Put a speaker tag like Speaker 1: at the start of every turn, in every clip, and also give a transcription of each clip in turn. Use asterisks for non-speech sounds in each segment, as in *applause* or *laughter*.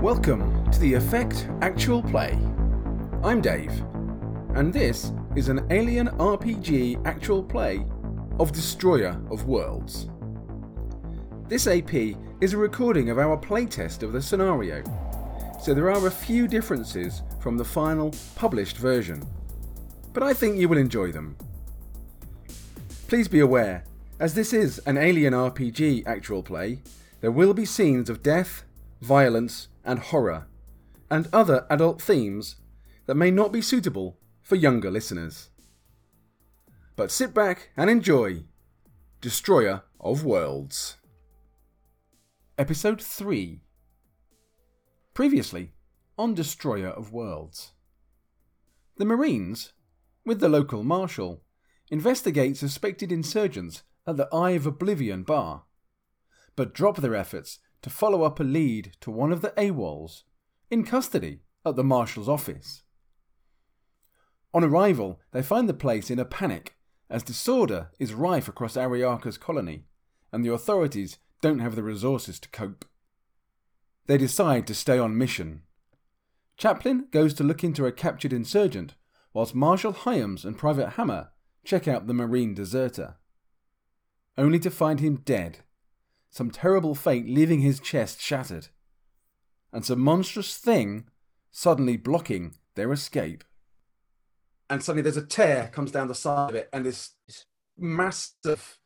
Speaker 1: Welcome to the Effect Actual Play. I'm Dave, and this is an alien RPG actual play of Destroyer of Worlds. This AP is a recording of our playtest of the scenario, so there are a few differences from the final published version, but I think you will enjoy them. Please be aware, as this is an alien RPG actual play, there will be scenes of death, violence, and horror, and other adult themes that may not be suitable for younger listeners. But sit back and enjoy Destroyer of Worlds. Episode 3 Previously on Destroyer of Worlds. The Marines, with the local marshal, investigate suspected insurgents at the Eye of Oblivion bar, but drop their efforts to follow up a lead to one of the AWOLs in custody at the marshal's office. On arrival, they find the place in a panic as disorder is rife across Ariaka's colony, and the authorities don't have the resources to cope. They decide to stay on mission Chaplin goes to look into a captured insurgent, whilst Marshal Hyams and Private Hammer check out the Marine deserter. Only to find him dead, some terrible fate leaving his chest shattered, and some monstrous thing suddenly blocking their escape. And suddenly there's a tear comes down the side of it, and this massive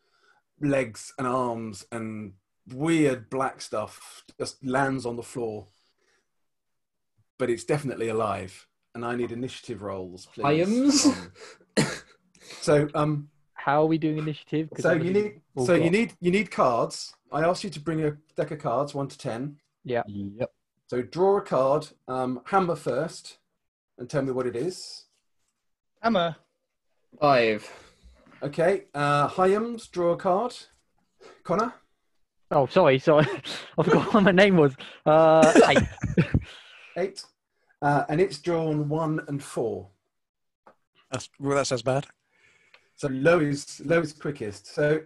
Speaker 1: legs and arms and weird black stuff just lands on the floor but it's definitely alive. And I need initiative rolls, please.
Speaker 2: Hyams?
Speaker 1: Um, so, um,
Speaker 3: How are we doing initiative? 'Cause
Speaker 1: so
Speaker 3: that
Speaker 1: you
Speaker 3: was-
Speaker 1: need,
Speaker 3: all
Speaker 1: so you
Speaker 3: got.
Speaker 1: need, you need cards. I asked you to bring a deck of cards, one to ten.
Speaker 3: Yeah.
Speaker 2: Yep.
Speaker 1: So draw a card, um, hammer first, and tell me what it is.
Speaker 4: Hammer.
Speaker 2: Five.
Speaker 1: Okay, uh, Hyams, draw a card. Connor,
Speaker 3: Oh, sorry, sorry. *laughs* I forgot what my name was.
Speaker 5: *laughs*
Speaker 3: Uh, hey,
Speaker 1: eight, uh, and it's drawn one and four.
Speaker 6: That's, well, that sounds bad.
Speaker 1: So low is low is quickest. So,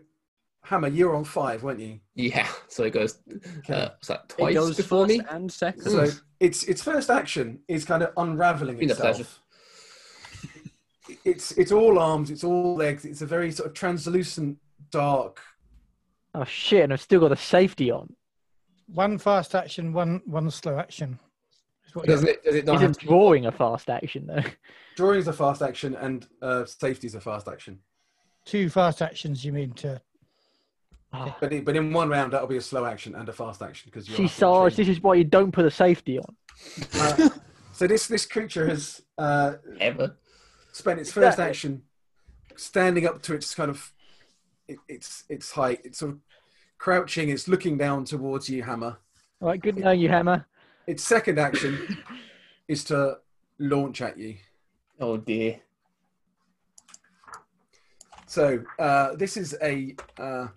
Speaker 1: hammer, you were on five, weren't you?
Speaker 2: Yeah. So it goes. Uh, was that
Speaker 5: It
Speaker 2: twice
Speaker 5: goes
Speaker 2: before
Speaker 5: first
Speaker 2: me?
Speaker 5: and second.
Speaker 1: So its its first action is kind of unraveling
Speaker 2: Been a pleasure.
Speaker 1: itself. It's it's all arms, it's all legs. It's a very sort of translucent, dark.
Speaker 3: oh shit, and I've still got the safety on.
Speaker 4: One fast action, one one slow action. Is what it
Speaker 2: Does it? Does it not? Have
Speaker 3: Isn't drawing a fast
Speaker 1: *laughs*
Speaker 3: action though?
Speaker 1: Drawing is a fast action, and uh, safety is a fast action.
Speaker 4: Two fast actions, you mean to?
Speaker 3: *sighs* Ah,
Speaker 1: But it, but in one round, that'll be a slow action and a fast action because
Speaker 3: Gee, Sarge, this is why you don't put a safety on.
Speaker 1: Uh, so this this creature has uh,
Speaker 2: ever?
Speaker 1: spent its first
Speaker 3: Exactly.
Speaker 1: action standing up to its kind of it, its its height. It's sort of crouching. It's looking down towards you, hammer.
Speaker 3: All right, good knowing you, Hammer.
Speaker 1: Its second action is to launch at you.
Speaker 2: Oh dear.
Speaker 1: So uh, this is a uh,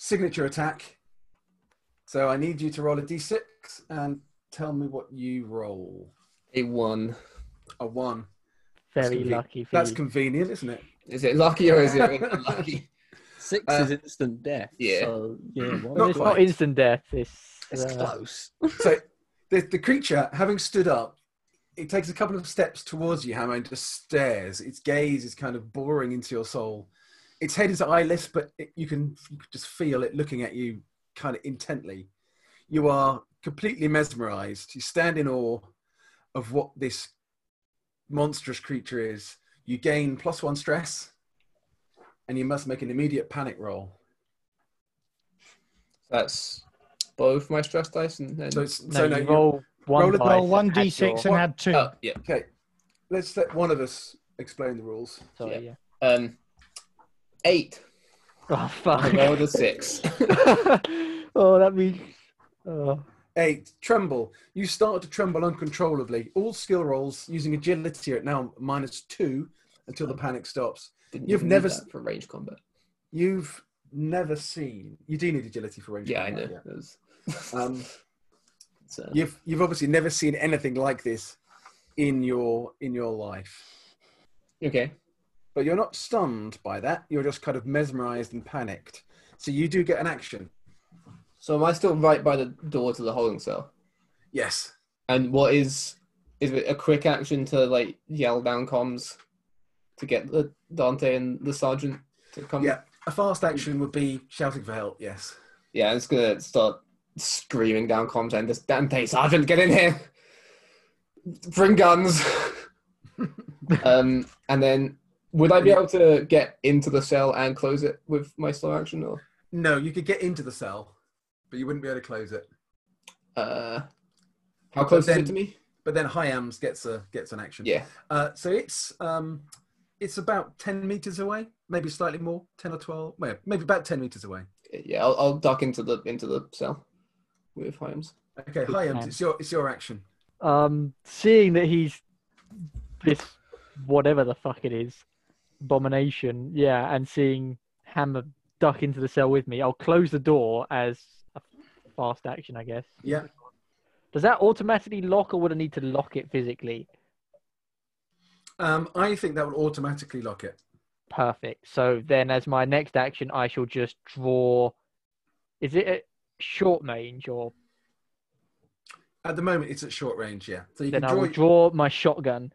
Speaker 1: signature attack. So I need you to roll a d6 and tell me what you roll.
Speaker 2: A one.
Speaker 1: A one. That's
Speaker 3: Very
Speaker 1: conven-
Speaker 3: lucky for
Speaker 1: That's
Speaker 3: you.
Speaker 1: convenient, isn't it?
Speaker 2: Is it lucky or is it unlucky?
Speaker 5: Six
Speaker 1: Uh,
Speaker 5: is instant death.
Speaker 2: yeah.
Speaker 5: So, yeah.
Speaker 3: Well,
Speaker 5: One
Speaker 1: Not
Speaker 3: it's
Speaker 1: quite.
Speaker 3: not instant death. It's,
Speaker 5: it's
Speaker 3: uh,
Speaker 5: close.
Speaker 1: So the, the creature, having stood up, it takes a couple of steps towards you, Hammer, and just stares. Its gaze is kind of boring into your soul. Its head is eyeless, but it, you, can, you can just feel it looking at you kind of intently. You are completely mesmerized. You stand in awe of what this monstrous creature is. You gain plus one stress, and you must make an immediate panic roll.
Speaker 2: That's both my stress dice and then.
Speaker 1: So, it's,
Speaker 3: no,
Speaker 1: so
Speaker 3: you
Speaker 1: no, you-
Speaker 3: roll one
Speaker 1: roll a-
Speaker 3: dice
Speaker 4: Roll one
Speaker 3: and add
Speaker 4: d6
Speaker 3: Oh, your-
Speaker 4: and add two.
Speaker 2: oh yeah.
Speaker 1: okay. Let's let one of us explain the rules.
Speaker 3: Sorry, yeah.
Speaker 2: Um, eight.
Speaker 3: Oh
Speaker 2: I
Speaker 3: fuck.
Speaker 2: rolled a six.
Speaker 3: *laughs* oh, that means. Oh.
Speaker 1: Eight, tremble. You start to tremble uncontrollably. All skill rolls using agility are now minus two until the panic stops.
Speaker 2: Didn't
Speaker 1: You've
Speaker 2: even need
Speaker 1: never
Speaker 2: that
Speaker 1: s-
Speaker 2: for range combat.
Speaker 1: You've never seen. You do need agility for range.
Speaker 2: Yeah, I know.
Speaker 1: combat,
Speaker 2: That was,
Speaker 1: yeah. Um,
Speaker 2: *laughs* so.
Speaker 1: you've you've obviously never seen anything like this in your in your life.
Speaker 2: Okay.
Speaker 1: But you're not stunned by that. You're just kind of mesmerized and panicked. So you do get an action.
Speaker 2: So am I still right by the door to the holding cell?
Speaker 1: Yes.
Speaker 2: And what is is it a quick action to like yell down comms to get the Dante and the sergeant to come?
Speaker 1: Yeah. A fast action would be shouting for help. Yes.
Speaker 2: Yeah, it's gonna start screaming down comms and just Dante, Sergeant, get in here. Bring guns. um, and then would I be able to get into the cell and close it with my slow action or
Speaker 1: No, you could get into the cell, but you wouldn't be able to close it.
Speaker 2: uh how close is
Speaker 1: Then-
Speaker 2: it to me?
Speaker 1: But then Hyams gets a gets an action.
Speaker 2: Yeah.
Speaker 1: Uh, so it's um, it's about ten meters away, maybe slightly more, ten or twelve. Well, maybe about ten meters away.
Speaker 2: Yeah, I'll, I'll duck into the into the cell with Holmes.
Speaker 1: Okay,
Speaker 3: Good
Speaker 1: Hyams,
Speaker 3: plan.
Speaker 1: it's your it's your action.
Speaker 3: Um, seeing that he's this whatever the fuck it is, abomination, yeah, and seeing Hammer duck into the cell with me, I'll close the door as a fast action, I guess.
Speaker 1: Yeah.
Speaker 3: Does that automatically lock, or would I need to lock it physically?
Speaker 1: Um, I think that would automatically lock it.
Speaker 3: Perfect. So then, as my next action, I shall just draw. Is it a short range, or
Speaker 1: At the moment, it's at short range. Yeah. So you
Speaker 3: then
Speaker 1: can
Speaker 3: I
Speaker 1: draw.
Speaker 3: will draw my shotgun?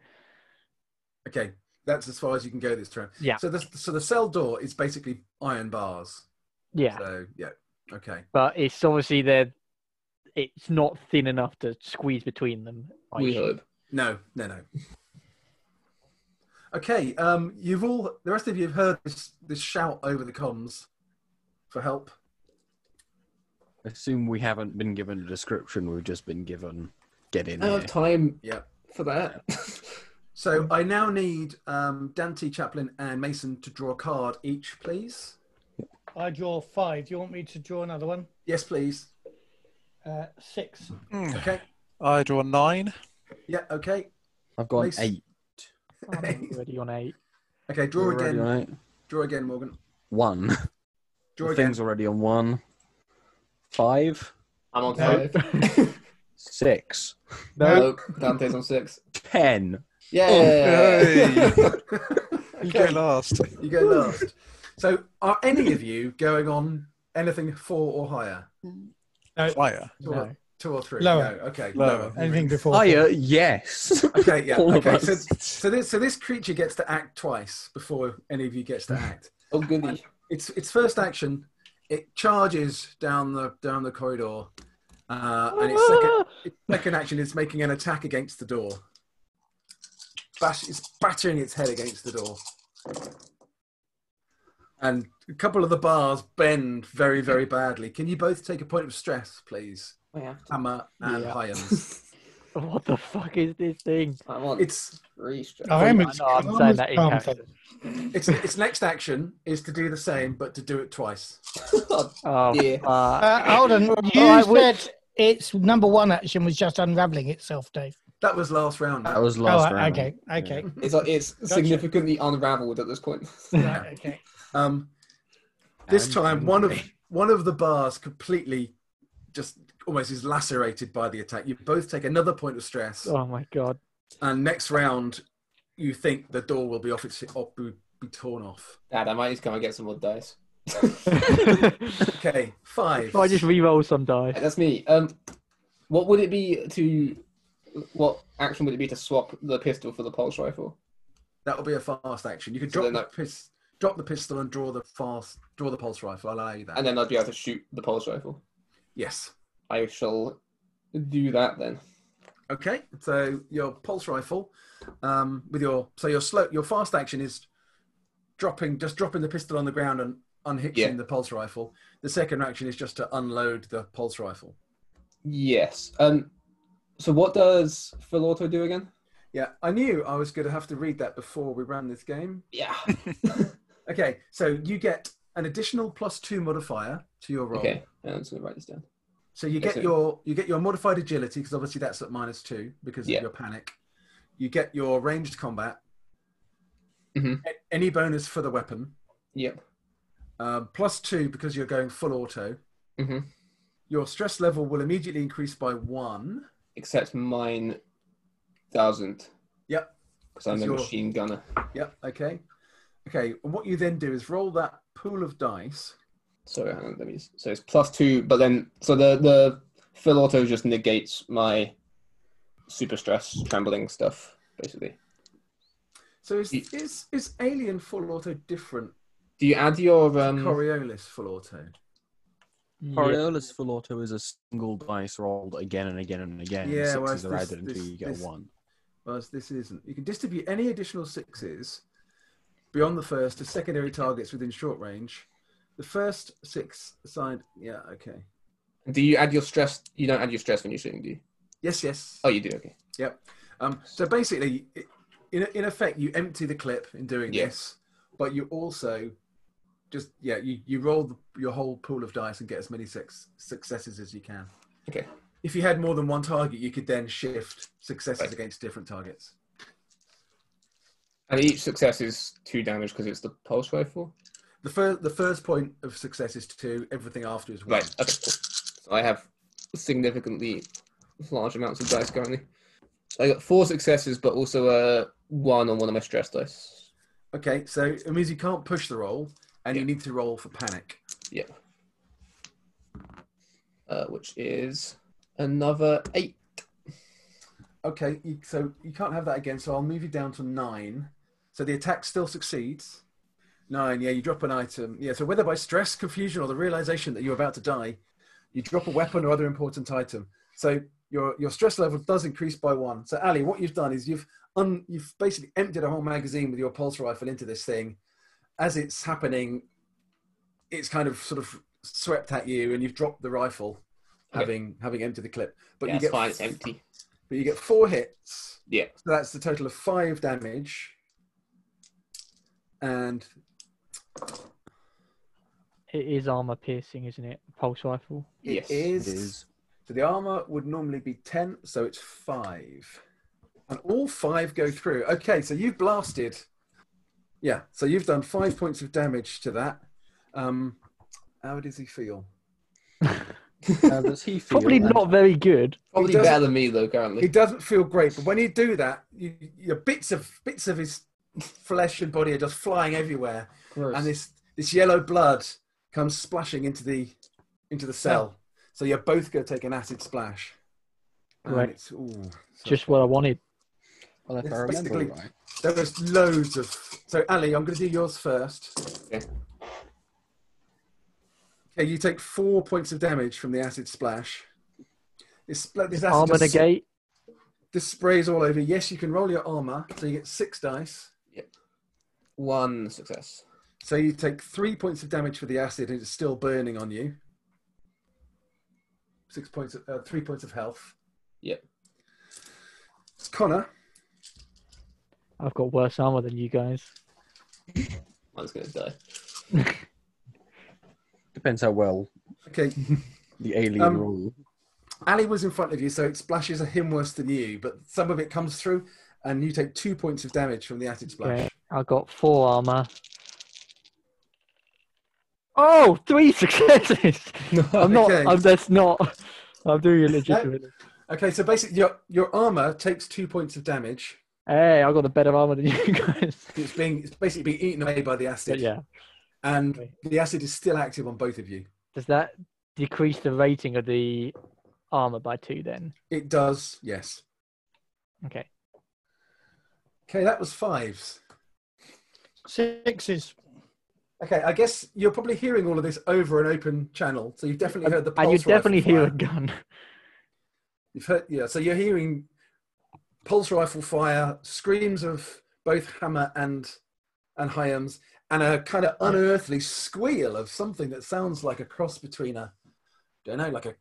Speaker 1: Okay, that's as far as you can go this round.
Speaker 3: Yeah.
Speaker 1: So the so the cell door is basically iron bars.
Speaker 3: Yeah,
Speaker 1: So yeah. Okay.
Speaker 3: but it's obviously there. It's not thin enough to squeeze between them. I
Speaker 2: We
Speaker 3: should-
Speaker 2: hope.
Speaker 1: No, no, no. Okay, um, you've all the rest of you have heard this, this shout over the comms for help.
Speaker 5: Assume we haven't been given a description. We've just been given get in
Speaker 1: Oh,
Speaker 2: I don't
Speaker 5: here.
Speaker 2: have time
Speaker 1: Yeah.
Speaker 2: for that.
Speaker 1: So I now need um, Dante Chaplin and Mason to draw a card each, please.
Speaker 4: I draw five. Do you want me to draw another one?
Speaker 1: Yes, please.
Speaker 4: Uh, six.
Speaker 6: Mm.
Speaker 1: Okay.
Speaker 6: I draw nine.
Speaker 1: Yeah. Okay.
Speaker 5: I've got an
Speaker 1: Nice.
Speaker 5: eight.
Speaker 1: *laughs*
Speaker 3: I'm already on eight.
Speaker 1: Okay. Draw
Speaker 5: We're already
Speaker 1: again.
Speaker 5: on eight.
Speaker 1: Draw again, Morgan.
Speaker 5: *laughs* One.
Speaker 1: Draw again.
Speaker 5: Things already on one. Five.
Speaker 2: I'm on
Speaker 4: No.
Speaker 2: five.
Speaker 4: *laughs*
Speaker 5: Six.
Speaker 2: Nope. Dante's on six.
Speaker 5: Ten.
Speaker 4: Oh,
Speaker 2: Yeah.
Speaker 6: You go last.
Speaker 1: You go last. So are any of you going on anything four or higher?
Speaker 6: Fire.
Speaker 1: Two, or,
Speaker 3: No.
Speaker 1: two or three?
Speaker 4: Lower.
Speaker 1: No. Okay.
Speaker 6: Lower.
Speaker 4: Anything before?
Speaker 5: Higher.
Speaker 3: *laughs*
Speaker 5: Yes.
Speaker 1: Okay, yeah.
Speaker 5: *laughs* All of
Speaker 1: okay,
Speaker 5: us.
Speaker 1: so, so this so this creature gets to act twice before any of you gets to act.
Speaker 2: oh goody.
Speaker 1: Its its first action, it charges down the down the corridor, uh, and its second its second action is making an attack against the door. Bash, it's battering its head against the door, and a couple of the bars bend very very badly. Can you both take a point of stress, please,
Speaker 2: We have *laughs* to.
Speaker 1: Hammer and
Speaker 3: Yeah.
Speaker 1: Hyams?
Speaker 3: *laughs* What the fuck is this thing? Oh,
Speaker 2: I'm on
Speaker 1: It's
Speaker 2: three straight.
Speaker 4: I am
Speaker 3: I know, I'm saying that in character.
Speaker 1: its its next action is to do the same, but to do it twice.
Speaker 3: Oh,
Speaker 2: Yeah.
Speaker 3: fuck.
Speaker 4: Uh,
Speaker 3: *laughs*
Speaker 4: hold on. You
Speaker 3: Alright, we-
Speaker 4: said its number one action was just unraveling itself, Dave.
Speaker 1: That was last round.
Speaker 5: That was
Speaker 4: oh,
Speaker 5: last
Speaker 4: uh,
Speaker 5: round.
Speaker 4: okay, okay,
Speaker 2: *laughs* It's, it's significantly unraveled at this point. *laughs*
Speaker 4: right, okay.
Speaker 1: *laughs* Um, this
Speaker 5: And
Speaker 1: time, one of
Speaker 5: hungry.
Speaker 1: one of the bars completely just almost is lacerated by the attack. You both take another point of stress,
Speaker 3: oh my god.
Speaker 1: and next round, you think the door will be off its or be be torn off.
Speaker 2: Dad, I might just go and get some more
Speaker 4: *laughs*
Speaker 2: dice.
Speaker 3: so
Speaker 1: Okay, five.
Speaker 3: I just re-roll some dice.
Speaker 2: That's me. Um, what would it be to? What action would it be to swap the pistol for the pulse rifle?
Speaker 1: That will be a fast action. You could
Speaker 2: So
Speaker 1: drop
Speaker 2: then
Speaker 1: the
Speaker 2: that-
Speaker 1: pis- drop the pistol and draw the fast draw the pulse rifle. I'll allow you that.
Speaker 2: And then I'd be able to shoot the pulse rifle.
Speaker 1: yes.
Speaker 2: I shall do that then.
Speaker 1: Okay, so your pulse rifle, um, with your so your slow your fast action is dropping just dropping the pistol on the ground and unhitching
Speaker 2: Yeah.
Speaker 1: the pulse rifle. The second action is just to unload the pulse rifle.
Speaker 2: Yes. Um. So what does full auto do again?
Speaker 1: Yeah, I knew I was going to have to read that before we ran this game. *laughs*
Speaker 2: Yeah.
Speaker 1: Okay, so you get an additional plus two modifier to your roll.
Speaker 2: Okay. I'm just gonna write this down.
Speaker 1: So you
Speaker 2: Yes,
Speaker 1: get
Speaker 2: sir.
Speaker 1: your you get your modified agility because obviously that's at minus two because
Speaker 2: Yeah.
Speaker 1: of your panic. You get your ranged combat.
Speaker 2: Mhm.
Speaker 1: A- Any bonus for the weapon.
Speaker 2: Yep.
Speaker 1: Um, plus two because you're going full auto.
Speaker 2: Mhm.
Speaker 1: Your stress level will immediately increase by one.
Speaker 2: Except mine doesn't.
Speaker 1: Yep.
Speaker 2: Because I'm
Speaker 1: It's
Speaker 2: a
Speaker 1: your-
Speaker 2: machine gunner.
Speaker 1: Yep. Okay. Okay. And what you then do is roll that pool of dice.
Speaker 2: Sorry, hang on, let me. So it's plus two, but then so the the Phil Auto just negates my super stress trembling stuff, basically.
Speaker 1: So is
Speaker 2: Y-
Speaker 1: is is Alien full auto different
Speaker 2: Do you add your
Speaker 1: to
Speaker 2: um?
Speaker 1: Coriolis full auto?
Speaker 3: Yeah.
Speaker 5: Coriolis full auto is a single dice rolled again and again and again.
Speaker 1: Yeah, whereas
Speaker 5: Sixes are
Speaker 1: this-
Speaker 5: added until
Speaker 1: this-
Speaker 5: you get
Speaker 1: this-
Speaker 5: a one.
Speaker 1: Whereas this isn't. You can distribute any additional sixes beyond the first to secondary targets within short range. The first six assigned. Yeah, okay.
Speaker 2: Do you add your stress? You don't add your stress when you're shooting, do you?
Speaker 1: Yes, yes.
Speaker 2: Oh, you do. Okay.
Speaker 1: Yep. Um, so basically, i- in in effect, you empty the clip in doing
Speaker 2: Yeah.
Speaker 1: this, but you also just yeah you you roll the, your whole pool of dice and get as many six successes as you can.
Speaker 2: Okay.
Speaker 1: If you had more than one target, you could then shift successes
Speaker 2: Right.
Speaker 1: against different targets.
Speaker 2: And each success is two damage because it's the pulse rifle.
Speaker 1: The first the first point of success is two. Everything after is one.
Speaker 2: Right. Okay. Cool. So I have significantly large amounts of dice currently. I got four successes, but also uh, one on one of my stress dice.
Speaker 1: Okay, so it means you can't push the roll, and you
Speaker 2: Yeah.
Speaker 1: need to roll for panic.
Speaker 2: Yep. Uh, which is another eight.
Speaker 1: Okay, you, so you can't have that again. So I'll move you down to nine. So the attack still succeeds. Nine, yeah, you drop an item. Yeah, so whether by stress, confusion, or the realization that you're about to die, you drop a weapon or other important item. So your your stress level does increase by one. So Ali, what you've done is you've un, you've basically emptied a whole magazine with your pulse rifle into this thing. As it's happening, it's kind of sort of swept at you, and you've dropped the rifle,
Speaker 2: Okay.
Speaker 1: having having emptied the clip. But
Speaker 2: yeah,
Speaker 1: you
Speaker 2: it's
Speaker 1: get
Speaker 2: fine. It's empty.
Speaker 1: but you get four hits.
Speaker 2: Yeah.
Speaker 1: So that's a total of five damage. And
Speaker 3: It is armor piercing, isn't it? Pulse rifle.
Speaker 2: Yes.
Speaker 1: it is.
Speaker 5: It is.
Speaker 1: So the armor would normally be 10, so it's five. And all five go through. Okay, so you've blasted. Yeah, so you've done five points of damage to that. Um, how does he feel?
Speaker 5: How does he feel?
Speaker 3: Probably
Speaker 5: And
Speaker 3: not very good.
Speaker 2: Probably
Speaker 1: doesn't-
Speaker 2: better than me though
Speaker 1: He
Speaker 2: currently.
Speaker 1: doesn't feel great, but when you do that, you, your bits of bits of his flesh and body are just flying everywhere. and this this yellow blood comes splashing into the into the cell. So you're both going to take an acid splash. And
Speaker 3: Right.
Speaker 1: it's- ooh, so-
Speaker 3: Just what I wanted.
Speaker 5: Well, if I
Speaker 1: It's
Speaker 5: remember
Speaker 1: basically-
Speaker 5: right,
Speaker 1: there was loads of. So Ali, I'm going to do yours first.
Speaker 2: Okay.
Speaker 1: Okay, you take four points of damage from the acid splash. This, like, this acid
Speaker 3: Armor
Speaker 1: just-
Speaker 3: negate.
Speaker 1: This sprays all over. Yes, you can roll your armor, so you get six dice.
Speaker 2: One success.
Speaker 1: So you take three points of damage for the acid, and it's still burning on you. Six points, of, uh, three points of health.
Speaker 2: Yep.
Speaker 1: It's Connor.
Speaker 3: I've got worse armor than you guys.
Speaker 2: Mine's gonna die.
Speaker 1: *laughs*
Speaker 5: depends how well
Speaker 1: Okay,
Speaker 5: the alien
Speaker 1: Um,
Speaker 5: rule.
Speaker 1: Ali was in front of you, so it splashes a him worse than you, but some of it comes through, and you take two points of damage from the acid splash.
Speaker 3: Okay. I got four armor. Oh, three *laughs* successes. I'm not.
Speaker 1: Okay.
Speaker 3: I'm, that's not.
Speaker 1: *laughs*
Speaker 3: I'm doing it legitimately.
Speaker 1: Okay, so basically, your your armor takes two points of damage.
Speaker 3: Hey, I got a better armor than *laughs* you guys.
Speaker 1: It's being it's basically being eaten away by the
Speaker 3: But
Speaker 1: acid,
Speaker 3: yeah,
Speaker 1: and the acid is still active on both of you.
Speaker 3: does that decrease the rating of the armor by two? Then
Speaker 1: It does, yes.
Speaker 3: okay.
Speaker 1: Okay, that was fives.
Speaker 4: Sixes.
Speaker 1: Okay, I guess you're probably hearing all of this over an open channel, so you've definitely heard the pulse
Speaker 3: and you definitely
Speaker 1: rifle
Speaker 3: hear a
Speaker 1: fire.
Speaker 7: *laughs*
Speaker 3: gun.
Speaker 1: You've heard, yeah. So you're hearing pulse rifle fire, screams of both Hammer and and Hyams, and a kind of unearthly squeal of something that sounds like a cross between a, don't know, like a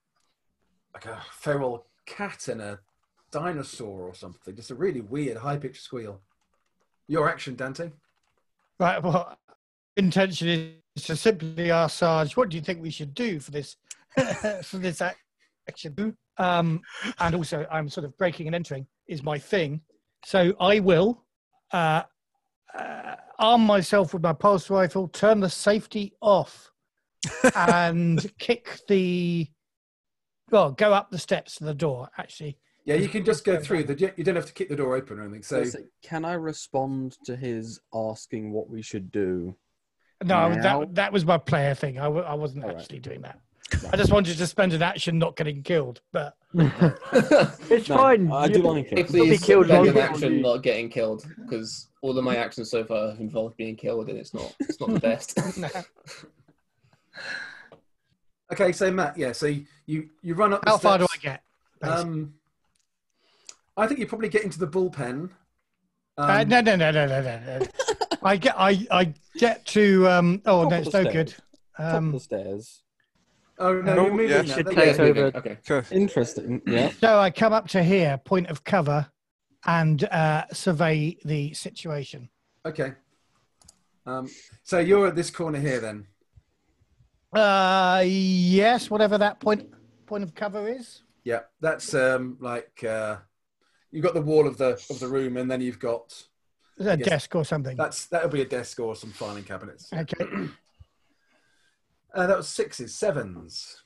Speaker 1: like a feral cat and a dinosaur or something. Just a really weird high pitched squeal. Your action, Dante.
Speaker 4: Right. Well, intention is to simply ask Sarge, what do you think we should do for this *laughs* for this ac- action? Um, and also, I'm sort of breaking and entering is my thing, so I will uh, uh, arm myself with my pulse rifle, turn the safety off, and kick the well, go up the steps to the door. Actually,
Speaker 1: Yeah, you can just go through. The, you don't have to kick the door open or anything. So
Speaker 5: Does it- can I respond to his asking what we should do?
Speaker 4: no,
Speaker 5: Now?
Speaker 4: that that was my player thing. I w- I wasn't
Speaker 5: All right.
Speaker 4: actually doing that. I just wanted to spend an action not getting killed, but
Speaker 3: it's
Speaker 7: No,
Speaker 3: fine.
Speaker 7: I do want to
Speaker 2: If
Speaker 7: kill.
Speaker 3: Not be
Speaker 2: please
Speaker 3: killed
Speaker 2: spend
Speaker 3: by
Speaker 2: an
Speaker 3: people.
Speaker 2: action not getting killed because all of my actions so far have involved being killed and it's not it's not
Speaker 1: *laughs*
Speaker 2: the best. *laughs*
Speaker 1: Okay, so Matt, yeah, so you you run up. The
Speaker 4: how far do I
Speaker 1: steps.
Speaker 4: get?
Speaker 1: Um, I think you probably get into the bullpen. Um,
Speaker 4: uh, no, no, no, no, no,
Speaker 7: *laughs*
Speaker 4: no. no. I get, I, I get to. Um, oh
Speaker 7: Top
Speaker 4: no,
Speaker 7: of
Speaker 4: it's
Speaker 7: the
Speaker 4: no good.
Speaker 7: stairs. Top of
Speaker 4: Um,
Speaker 7: the stairs.
Speaker 1: Oh no,
Speaker 6: No,
Speaker 1: you're moving
Speaker 6: yeah.
Speaker 1: now.
Speaker 3: Should
Speaker 1: There
Speaker 3: take
Speaker 1: you
Speaker 2: it's
Speaker 1: go.
Speaker 3: over.
Speaker 2: moving. Okay.
Speaker 6: Okay.
Speaker 7: Interesting. Yeah.
Speaker 4: so I come up to here, point of cover, and uh, survey the situation.
Speaker 1: Okay. Um, so you're at this corner here then.
Speaker 4: Uh, yes, whatever that point point of cover is.
Speaker 1: Yeah, that's um, like uh, you've got the wall of the of the room, and then you've got
Speaker 4: Is it A
Speaker 1: Yes.
Speaker 4: desk or something.
Speaker 1: that's that'll be a desk or some filing cabinets.
Speaker 4: Okay.
Speaker 1: Uh, that was sixes, sevens,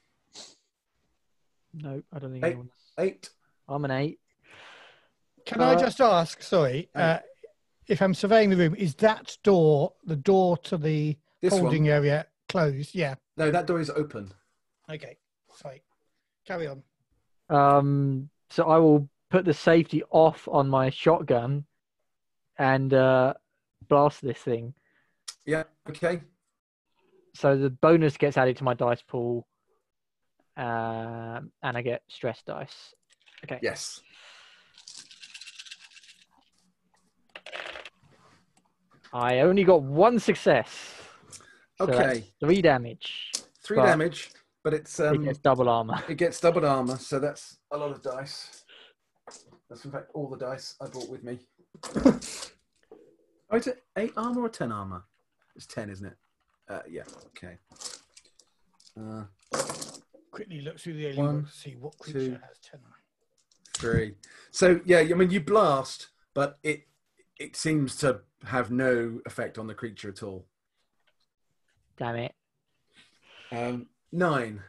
Speaker 3: No, I don't think
Speaker 1: Hey.
Speaker 3: anyone.
Speaker 1: eight.
Speaker 3: I'm an eight.
Speaker 4: Can
Speaker 3: Uh,
Speaker 4: I just ask? Sorry, uh, if I'm surveying the room, is that door the door to the
Speaker 1: This
Speaker 4: holding
Speaker 1: one.
Speaker 4: area closed? Yeah.
Speaker 1: No, that door is open.
Speaker 4: Okay. Sorry. Carry on.
Speaker 3: Um, so I will put the safety off on my shotgun and uh, blast this thing.
Speaker 1: Yeah. Okay.
Speaker 3: So the bonus gets added to my dice pool, um, and I get stress dice. Okay.
Speaker 1: Yes.
Speaker 3: I only got one success. So
Speaker 1: Okay.
Speaker 3: that's three damage.
Speaker 1: Three
Speaker 3: but-
Speaker 1: damage, but it's
Speaker 3: It
Speaker 1: um,
Speaker 3: gets double armor.
Speaker 1: It gets double armor, so that's a lot of dice. That's in fact all the dice I brought with me. oh, is it eight armor or ten armor? It's ten, isn't it? Uh, yeah. Okay. Uh,
Speaker 4: Quickly look through the alien
Speaker 1: One,
Speaker 4: book to see what creature
Speaker 1: two.
Speaker 4: has ten.
Speaker 1: three. So yeah, I mean you blast, but it it seems to have no effect on the creature at all.
Speaker 3: Damn it.
Speaker 1: Um, nine.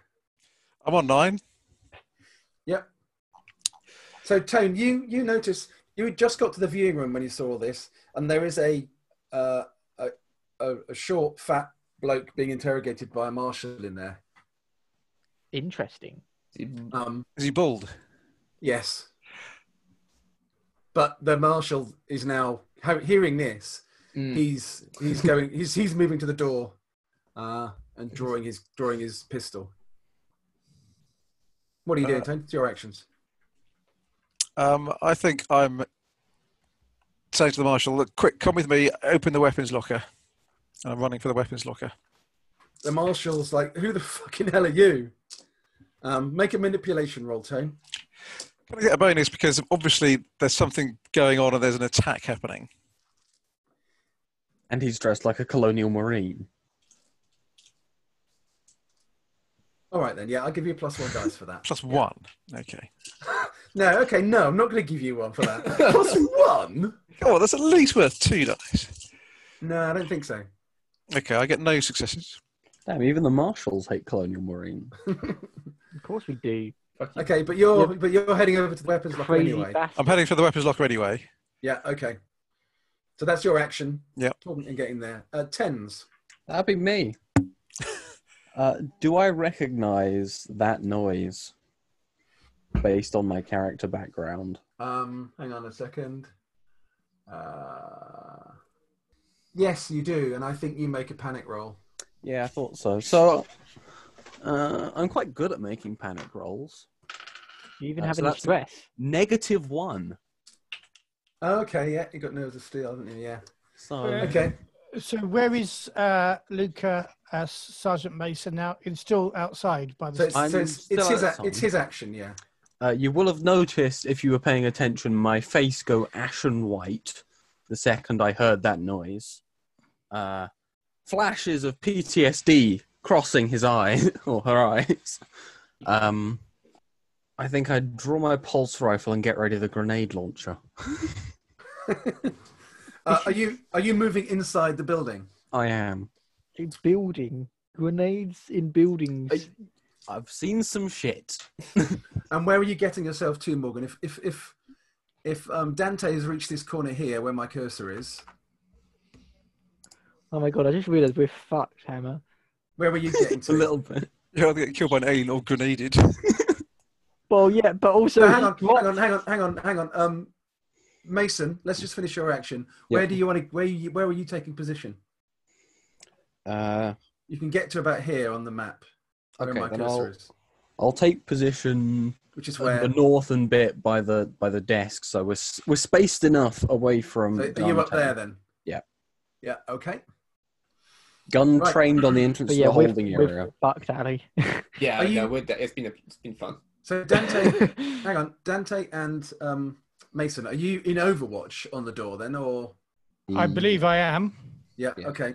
Speaker 6: I'm on nine.
Speaker 1: Yep. So Tone, you you notice you had just got to the viewing room when you saw all this, and there is a uh, a, a, a short, fat bloke being interrogated by a marshal in there.
Speaker 3: Interesting.
Speaker 1: Um,
Speaker 6: Is he bald?
Speaker 1: yes, but the marshal is now ho- hearing this.
Speaker 2: Mm.
Speaker 1: He's he's going he's he's moving to the door, uh, and drawing his drawing his pistol. What are you doing,
Speaker 6: Uh,
Speaker 1: Tone? It's your actions.
Speaker 6: Um, I think I'm saying to the marshal, "Look, quick, come with me. Open the weapons locker." And I'm running for the weapons locker.
Speaker 1: the marshal's like, "Who the *laughs* fucking hell are you?" Um, make a manipulation roll, Tone.
Speaker 6: Can I get a bonus because obviously there's something going on and there's an attack happening?
Speaker 5: And he's dressed like a colonial marine.
Speaker 1: All right then, yeah, I'll give you a plus one dice for that.
Speaker 6: Plus one. Okay.
Speaker 1: No, okay, no, I'm not going to give you one for that. plus one?
Speaker 6: Oh, that's at least worth two dice.
Speaker 1: No, I don't think so.
Speaker 6: Okay, I get no successes.
Speaker 5: Damn, even the marshals hate colonial marine.
Speaker 3: Of course we do.
Speaker 1: Okay, but you're but you're heading over to the weapons locker
Speaker 3: Crazy
Speaker 1: anyway.
Speaker 3: bastard.
Speaker 6: I'm heading for the weapons locker anyway. *laughs*
Speaker 1: Yeah, okay. So that's your action.
Speaker 6: Yep.
Speaker 1: Talking and getting there. Uh, tens.
Speaker 5: That'd
Speaker 4: *laughs*
Speaker 5: be me. uh, do I recognize that noise based on my character background?
Speaker 1: Um, hang on a second. Uh, yes, you do, and I think you make a panic roll.
Speaker 5: Yeah, I thought so. So, uh, I'm quite good at making panic rolls.
Speaker 3: You even
Speaker 5: Uh,
Speaker 3: have
Speaker 5: so
Speaker 3: any
Speaker 5: that's-
Speaker 3: stress.
Speaker 5: Negative one.
Speaker 1: Okay, yeah, you got nerves of steel, haven't you? Yeah.
Speaker 5: So,
Speaker 4: Okay.
Speaker 1: Okay.
Speaker 4: So where is uh, Luca uh, Sergeant Mason now? It's still outside by
Speaker 1: So
Speaker 4: the.
Speaker 1: it's,
Speaker 5: I'm
Speaker 1: so it's,
Speaker 5: still
Speaker 1: it's his
Speaker 5: at
Speaker 1: ac- it's
Speaker 5: some.
Speaker 1: his action, yeah. *laughs*
Speaker 5: uh, you will have noticed if you were paying attention, my face go ashen white the second I heard that noise. Uh, flashes of PTSD crossing his eye *laughs* or her eyes. Um, I think I draw my pulse rifle and get ready the grenade launcher.
Speaker 1: Uh, are you are you moving inside the building?
Speaker 5: I am.
Speaker 3: In building grenades in buildings.
Speaker 5: I- I've seen some shit.
Speaker 1: And where are you getting yourself to, Morgan? If if if if um, Dante has reached this corner here, where my cursor is,
Speaker 3: oh my god! I just realised we're fucked, Hammer.
Speaker 1: where were you getting
Speaker 5: A *laughs*
Speaker 1: to?
Speaker 5: little bit.
Speaker 6: You're either get killed by an alien or grenaded.
Speaker 3: Well, yeah, but also
Speaker 1: So hang on,
Speaker 3: he-
Speaker 1: hang on, hang on, hang on, hang on. Um, Mason, let's just finish your action. Where do you want to? Where you, where are you taking position?
Speaker 5: Uh,
Speaker 1: You can get to about here on the map where
Speaker 5: okay,
Speaker 1: my
Speaker 5: then
Speaker 1: cursor
Speaker 5: I'll,
Speaker 1: is,
Speaker 5: I'll take position
Speaker 1: which is
Speaker 5: at
Speaker 1: where.
Speaker 5: the northern bit by the by the desk, so we're s- we're spaced enough away from.
Speaker 1: So are you up
Speaker 5: Dante.
Speaker 1: there then?
Speaker 5: Yeah.
Speaker 1: Yeah. Okay.
Speaker 5: Gun
Speaker 1: Right.
Speaker 5: trained on the entrance
Speaker 3: but
Speaker 5: to
Speaker 3: yeah,
Speaker 5: the
Speaker 3: we've,
Speaker 5: holding
Speaker 3: we've
Speaker 5: area.
Speaker 3: fucked Ali.
Speaker 2: Yeah,
Speaker 1: Are you-
Speaker 2: no, we're de- it's been a, it's been fun.
Speaker 1: So Dante,
Speaker 3: *laughs*
Speaker 1: hang on, Dante and um, Mason, are you in Overwatch on the door then, or?
Speaker 4: I
Speaker 5: Hmm.
Speaker 4: believe I am.
Speaker 1: Yeah.
Speaker 5: Yeah.
Speaker 1: Okay.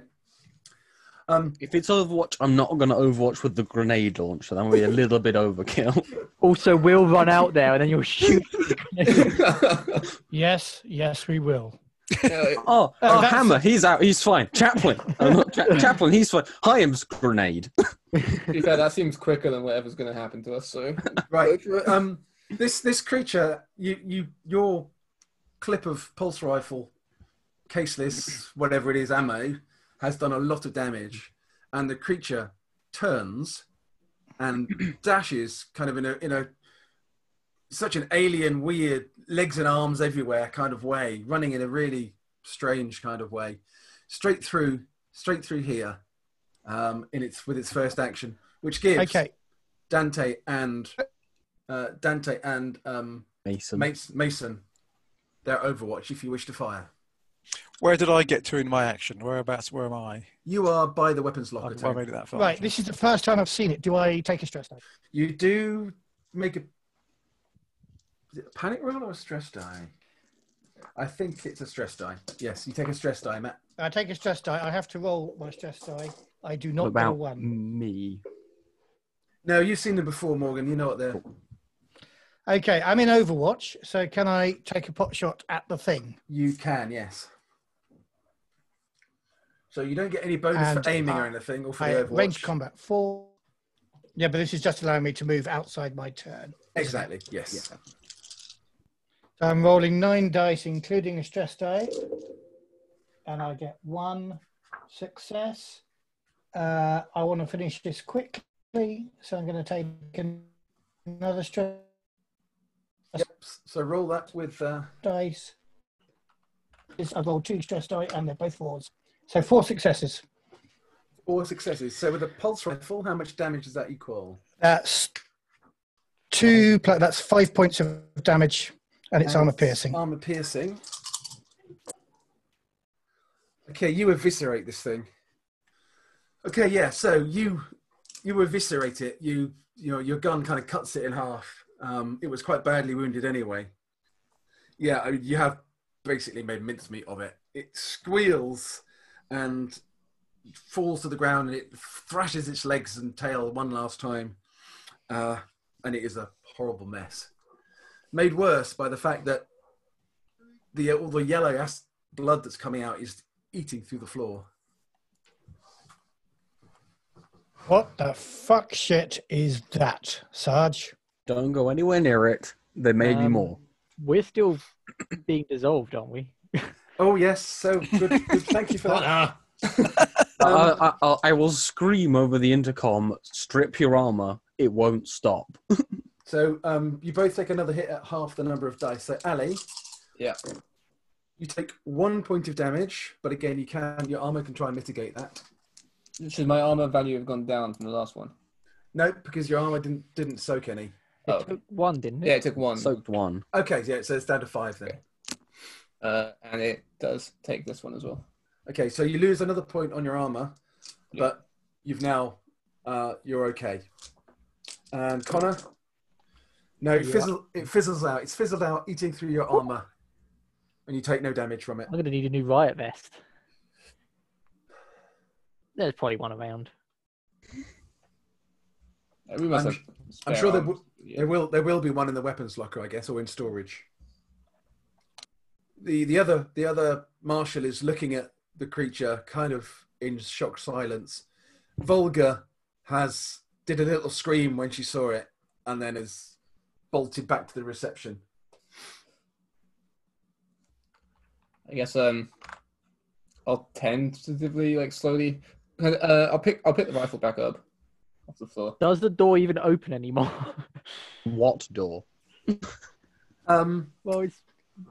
Speaker 1: Um,
Speaker 5: If it's Overwatch, I'm not going to Overwatch with the grenade launcher. That would be a little bit overkill.
Speaker 3: also, we'll run out there and then you'll shoot.
Speaker 1: *laughs*
Speaker 4: Yes, yes, we
Speaker 2: *laughs*
Speaker 4: will.
Speaker 2: No,
Speaker 5: Oh, oh
Speaker 4: that's-
Speaker 5: Hammer, he's out. He's fine. Chaplin. Oh, not Cha- Chaplin, he's fine. Hyam's grenade.
Speaker 2: to be fair, that seems quicker than whatever's going to happen to us. So
Speaker 1: right. Um, this this creature, you you your clip of pulse rifle, caseless, whatever it is, ammo, has done a lot of damage, and the creature turns and *clears throat* dashes, kind of in a in a such an alien, weird legs and arms everywhere kind of way, running in a really strange kind of way, straight through straight through here, um, in its with its first action, which gives
Speaker 4: Okay,
Speaker 1: Dante and uh, Dante and um,
Speaker 5: Mason.
Speaker 1: Mas- Mason their Overwatch if you wish to fire.
Speaker 6: Where did I get to in my action? Whereabouts? Where am I?
Speaker 1: You are by the weapons locker.
Speaker 6: I've not
Speaker 1: Tony.
Speaker 6: made it that far.
Speaker 4: right. This is the first time I've seen it. Do I take a stress die?
Speaker 1: You do make a, is it a panic roll or a stress die. I think it's a stress die. Yes, you take a stress die, Matt.
Speaker 4: I Uh, take a stress die. I have to roll my stress die. I do
Speaker 5: What
Speaker 4: not roll
Speaker 5: about
Speaker 4: one.
Speaker 5: me?
Speaker 1: No, you've seen them before, Morgan. You know what they're.
Speaker 4: Okay, I'm in Overwatch, so can I take a pot shot at the thing?
Speaker 1: You can, yes. So you don't get any bonus
Speaker 4: And
Speaker 1: for aiming or
Speaker 4: I-
Speaker 1: anything, or for
Speaker 4: I
Speaker 1: the Overwatch.
Speaker 4: range combat four. Yeah, but this is just allowing me to move outside my turn.
Speaker 1: Exactly. Yes.
Speaker 4: So I'm rolling nine dice, including a stress die, and I get one success. Uh, I want to finish this quickly, so I'm going to take an- another stress
Speaker 1: Yep. So roll that with. Uh,
Speaker 4: dice. This- I rolled two stress die, and they're both fours. So four successes.
Speaker 1: Four successes. So with a pulse rifle, how much damage does that equal?
Speaker 4: That's two. Pl- that's five points of damage, and it's
Speaker 1: And
Speaker 4: armor piercing.
Speaker 1: Armor piercing. Okay, you eviscerate this thing. Okay, yeah. So you you eviscerate it. You you know your gun kind of cuts it in half. Um, it was quite badly wounded anyway. Yeah, I mean, you have basically made mincemeat of it. It squeals and falls to the ground, and it thrashes its legs and tail one last time. Uh, and it is a horrible mess made worse by the fact that the all the yellow ass blood that's coming out is eating through the floor.
Speaker 4: What the fuck shit is that, Sarge?
Speaker 5: Don't go anywhere near it. There may be
Speaker 3: Um,
Speaker 5: more.
Speaker 3: We're still being dissolved, aren't we?
Speaker 1: Oh yes, so good. good thank you for that.
Speaker 5: I- I, I, I will scream over the intercom. Strip your armor. It won't stop.
Speaker 1: So um, you both take another hit at half the number of dice. So Ali,
Speaker 2: yeah,
Speaker 1: you take one point of damage, but again, you can your armor can try and mitigate that.
Speaker 2: should my armor value have gone down from the last one?
Speaker 1: No, because your armor didn't didn't soak any.
Speaker 2: Oh,
Speaker 3: It took one, didn't it?
Speaker 2: yeah, it took one,
Speaker 5: Soaked one.
Speaker 1: Okay, yeah, so it's down to five then.
Speaker 2: uh, and it does take this one as well.
Speaker 1: Okay, so you lose another point on your armor,
Speaker 2: Yeah.
Speaker 1: but you've now uh, you're okay. And Connor, no, it,
Speaker 3: Yeah.
Speaker 1: fizzle, it fizzles out. It's fizzled out, eating through your armor, and you take no damage from it.
Speaker 3: I'm going to need a new riot vest. There's probably one around.
Speaker 2: Uh, We must
Speaker 1: I'm
Speaker 2: have.
Speaker 1: I'm
Speaker 2: spare
Speaker 1: sure there,
Speaker 2: arms.
Speaker 1: w-
Speaker 2: Yeah.
Speaker 1: there will there will be one in the weapons locker, I guess, or in storage. the the other The other marshal is looking at the creature, kind of in shocked silence. Volga has did a little scream when she saw it, and then has bolted back to the reception.
Speaker 2: I guess um, I'll tentatively, like slowly, uh, I'll pick, I'll pick the rifle back up, off the floor.
Speaker 3: Does the door even open anymore? *laughs*
Speaker 5: What door?
Speaker 1: Um,
Speaker 3: well, it's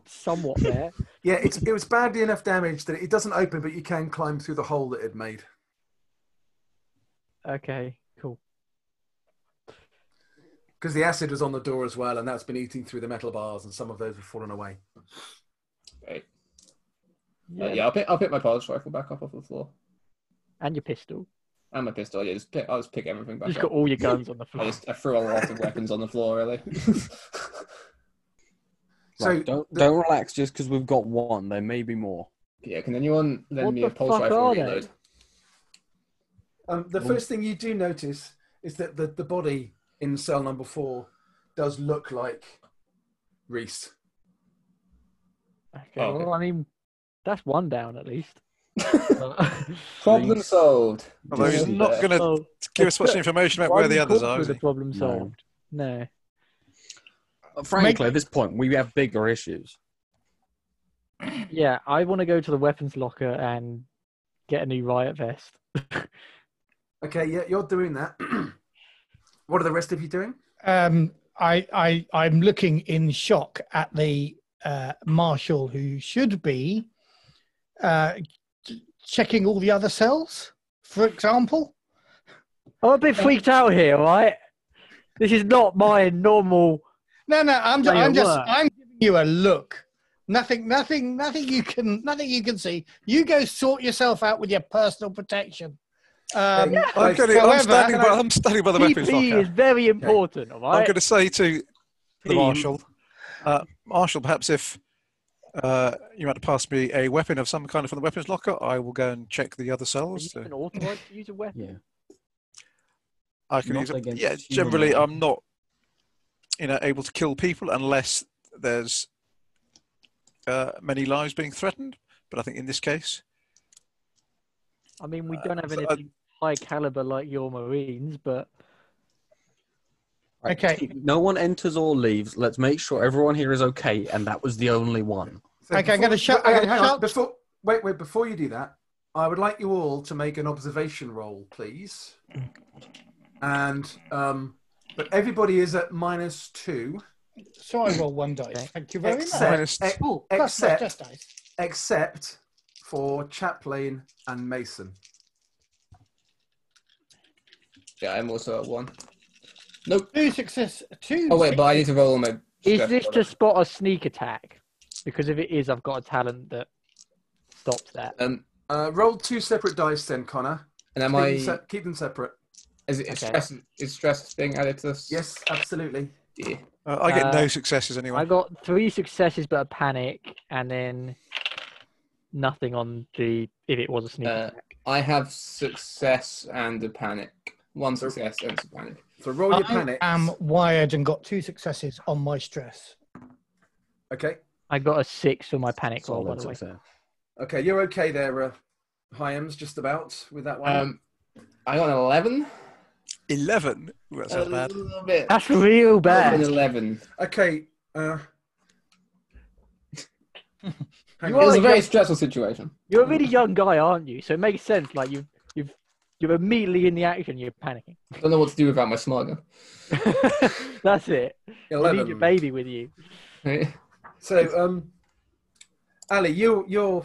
Speaker 3: somewhat there.
Speaker 1: yeah, it's, it was badly enough damaged that it doesn't open, but you can climb through the hole that it made.
Speaker 3: okay, cool.
Speaker 1: Because the acid was on the door as well, and that's been eating through the metal bars, and some of those have fallen away.
Speaker 2: Great.
Speaker 3: Yeah.
Speaker 6: Uh,
Speaker 2: Yeah, yeah I'll, pick, I'll pick my polish rifle back up off the floor.
Speaker 3: And your pistol.
Speaker 2: And my pistol. Yeah, just pick, I'll just pick everything
Speaker 3: You
Speaker 2: back
Speaker 3: just
Speaker 2: up.
Speaker 3: got all your guns
Speaker 6: *laughs*
Speaker 3: on the
Speaker 2: I
Speaker 3: floor.
Speaker 2: just I threw a lot of weapons on the floor, really. *laughs*
Speaker 1: So
Speaker 5: Right, don't
Speaker 1: the-
Speaker 5: don't relax just because we've got one. There may be more.
Speaker 2: yeah, can anyone lend
Speaker 3: What
Speaker 2: me
Speaker 3: the
Speaker 2: a pulse
Speaker 3: fuck
Speaker 2: rifle
Speaker 3: are
Speaker 2: reload?
Speaker 3: they?
Speaker 1: Um, the first thing you do notice is that the, the body in cell number four does look like Reese.
Speaker 3: Okay,
Speaker 2: Oh, okay.
Speaker 3: well, I mean, that's one down at
Speaker 6: *laughs*
Speaker 3: least.
Speaker 2: Problem solved.
Speaker 6: Although he's
Speaker 2: Disney
Speaker 6: not
Speaker 2: there.
Speaker 6: going to
Speaker 3: So,
Speaker 6: give us much information about
Speaker 3: one
Speaker 6: where the others
Speaker 3: corpse
Speaker 6: are.
Speaker 3: with
Speaker 6: Is
Speaker 3: a
Speaker 6: he?
Speaker 3: problem
Speaker 5: No.
Speaker 3: solved. No.
Speaker 5: Uh, Frankly, at this point, we have bigger issues.
Speaker 3: Yeah, I want to go to the weapons locker and get a new riot vest.
Speaker 1: Okay, yeah, you're doing that. *clears throat* what are the rest of you doing?
Speaker 4: Um, I, I, I'm looking in shock at the uh, marshal who should be uh, ch- checking all the other cells, for example.
Speaker 3: I'm a bit freaked out here, right? This is not my normal.
Speaker 4: No, no, I'm, ju-
Speaker 3: Play
Speaker 4: I'm
Speaker 3: at
Speaker 4: just,
Speaker 3: work.
Speaker 4: I'm giving you a look. Nothing, nothing, nothing you can, nothing you can see. You go sort yourself out with your personal protection. Um,
Speaker 1: Yeah.
Speaker 6: I'm,
Speaker 1: Like,
Speaker 6: gonna, I'm,
Speaker 4: however,
Speaker 6: standing by,
Speaker 4: can I-
Speaker 6: I'm standing by the weapons
Speaker 3: PP is
Speaker 6: locker.
Speaker 3: very important, all
Speaker 6: I'm
Speaker 3: right?
Speaker 6: going to say to the
Speaker 5: Team.
Speaker 6: marshal, uh, Marshal, perhaps if uh, you had to pass me a weapon of some kind from the weapons locker, I will go and check the other
Speaker 3: Are
Speaker 6: cells.
Speaker 3: you
Speaker 6: So
Speaker 3: even authorized to use a weapon?
Speaker 5: Yeah.
Speaker 6: I can
Speaker 5: Not
Speaker 6: use it.
Speaker 5: against
Speaker 6: Yeah,
Speaker 5: human
Speaker 6: generally,
Speaker 5: life.
Speaker 6: I'm not, you know, able to kill people unless there's uh, many lives being threatened. But I think in this case,
Speaker 3: I mean, we
Speaker 6: Uh,
Speaker 3: don't have
Speaker 6: so I-
Speaker 3: anything high caliber like your Marines, but
Speaker 4: Okay.
Speaker 5: keep- No one enters or leaves. Let's make sure everyone here is okay, and that was the only one.
Speaker 1: So
Speaker 4: Okay, I'm
Speaker 1: before-
Speaker 4: gonna
Speaker 1: hang
Speaker 4: shut- I'm
Speaker 1: on,
Speaker 4: gonna
Speaker 1: hang on,
Speaker 4: shut-
Speaker 1: Before, wait, wait, before you do that, I would like you all to make an observation roll, please. And, um, but everybody is at minus two,
Speaker 4: so I roll one dice.
Speaker 3: Okay.
Speaker 4: Thank you very much.
Speaker 6: Minus
Speaker 1: except,
Speaker 6: two.
Speaker 1: ex-
Speaker 4: Oh, plus my
Speaker 1: except,
Speaker 4: dice dice.
Speaker 1: except for Chaplain and Mason.
Speaker 2: Yeah, I'm also at one. Nope.
Speaker 4: Two success. Two.
Speaker 2: Oh wait, but I need to roll on my.
Speaker 3: is
Speaker 2: stress
Speaker 3: this
Speaker 2: roll.
Speaker 3: to spot a sneak attack? Because if it is, I've got a talent that stops that.
Speaker 2: Um,
Speaker 1: Uh, roll two separate dice then, Connor.
Speaker 2: and am
Speaker 1: keep,
Speaker 2: I?
Speaker 1: them se- keep them separate.
Speaker 2: Is it is
Speaker 3: Okay.
Speaker 2: stress? Is stress thing added to this?
Speaker 1: Yes, absolutely.
Speaker 2: Yeah.
Speaker 6: uh, I get
Speaker 3: Uh,
Speaker 6: no successes
Speaker 3: I
Speaker 6: anyway.
Speaker 3: got three successes, but a panic, and then nothing on the if it was a sneak
Speaker 2: Uh,
Speaker 3: attack.
Speaker 2: I have success and a panic. One success and a panic.
Speaker 1: So roll your
Speaker 4: I
Speaker 1: panic.
Speaker 4: am wired and got two successes on my stress.
Speaker 1: Okay,
Speaker 3: I got a six for my panic roll, by
Speaker 5: Solid
Speaker 3: the way.
Speaker 5: success.
Speaker 1: okay, you're okay there, uh, Hyams, just about with that one.
Speaker 2: Um, I got an eleven.
Speaker 6: Eleven. Ooh, that's
Speaker 2: A
Speaker 6: not
Speaker 3: Uh,
Speaker 6: bad.
Speaker 2: little bit.
Speaker 3: That's real
Speaker 2: An
Speaker 3: bad.
Speaker 2: eleven.
Speaker 1: okay,
Speaker 3: *laughs*
Speaker 1: uh, hang
Speaker 2: It
Speaker 3: You are
Speaker 1: on.
Speaker 2: was a
Speaker 3: like-
Speaker 2: very stressful situation.
Speaker 3: You're a really young guy, aren't you? So it makes sense. Like you've you've you're immediately in the action. You're
Speaker 1: *laughs*
Speaker 3: panicking.
Speaker 2: I don't know what to do without my smart gun.
Speaker 3: That's it. You need
Speaker 1: 11.
Speaker 3: your baby with you.
Speaker 2: Right?
Speaker 1: So, um, Ali, you, you're,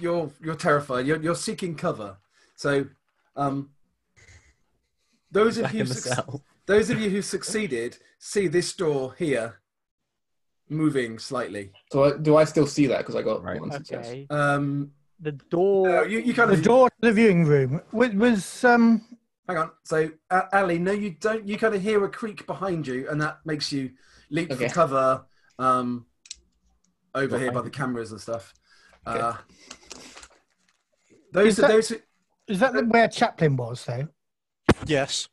Speaker 1: you're, you're terrified. You're, you're seeking cover. So, um, those of
Speaker 5: Back
Speaker 1: you
Speaker 5: in the
Speaker 1: suc-
Speaker 5: cell.
Speaker 1: Those of you who succeeded see this door here moving slightly.
Speaker 2: *laughs* So I, do I still see that? Because I got
Speaker 5: Right.
Speaker 2: one success.
Speaker 3: Okay.
Speaker 1: Um,
Speaker 3: The door.
Speaker 1: no, you, you
Speaker 3: *laughs*
Speaker 1: kind
Speaker 4: The
Speaker 1: of
Speaker 4: door to the viewing room was, was um.
Speaker 1: hang on. So, uh, Ali, no, you don't. You kind of hear a creak behind you, and that makes you leap
Speaker 2: Okay.
Speaker 1: for cover um, over
Speaker 5: Well,
Speaker 1: here by
Speaker 5: thank
Speaker 1: the cameras and stuff.
Speaker 2: Okay.
Speaker 1: Uh, those
Speaker 4: Is
Speaker 1: are
Speaker 4: that-
Speaker 1: those. Who,
Speaker 4: Is that the- where Chaplin was though?
Speaker 3: *clears throat*
Speaker 6: Yes.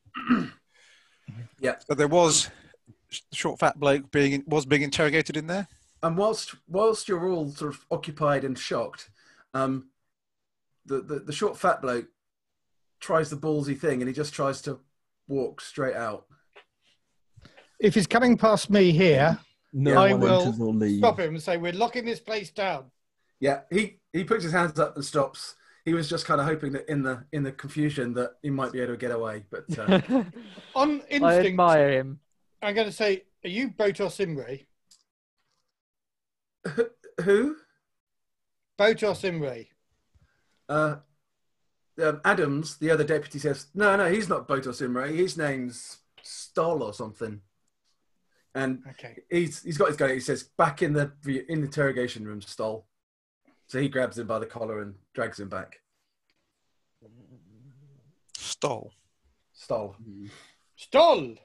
Speaker 1: Yeah.
Speaker 6: But there was sh- short, fat bloke being was being interrogated in there.
Speaker 1: and whilst whilst you're all sort of occupied and shocked, um, the, the the short fat bloke tries the ballsy thing, and he just tries to walk straight out.
Speaker 4: If he's coming past me here,
Speaker 5: No
Speaker 4: I
Speaker 5: one
Speaker 4: will
Speaker 5: enters or leaves.
Speaker 4: stop him and say we're locking this place down.
Speaker 1: Yeah, he he puts his hands up and stops. He was just kind of hoping that in the in the confusion that he might be able to get away. But
Speaker 3: *laughs*
Speaker 1: uh,
Speaker 4: On
Speaker 3: I
Speaker 4: instinct,
Speaker 3: admire him.
Speaker 4: I'm going to say, are you Botos Imre?
Speaker 1: who?
Speaker 4: Botos Imre.
Speaker 1: Uh, um, Adams, the other deputy, says, "No, no, he's not Botos Imre. His name's Stoll or something." And
Speaker 4: Okay.
Speaker 1: he's he's got his gun. He says, "Back in the in the interrogation room, Stoll." So he grabs him by the collar and drags him back.
Speaker 6: Stole.
Speaker 1: Stoll.
Speaker 4: Stoll.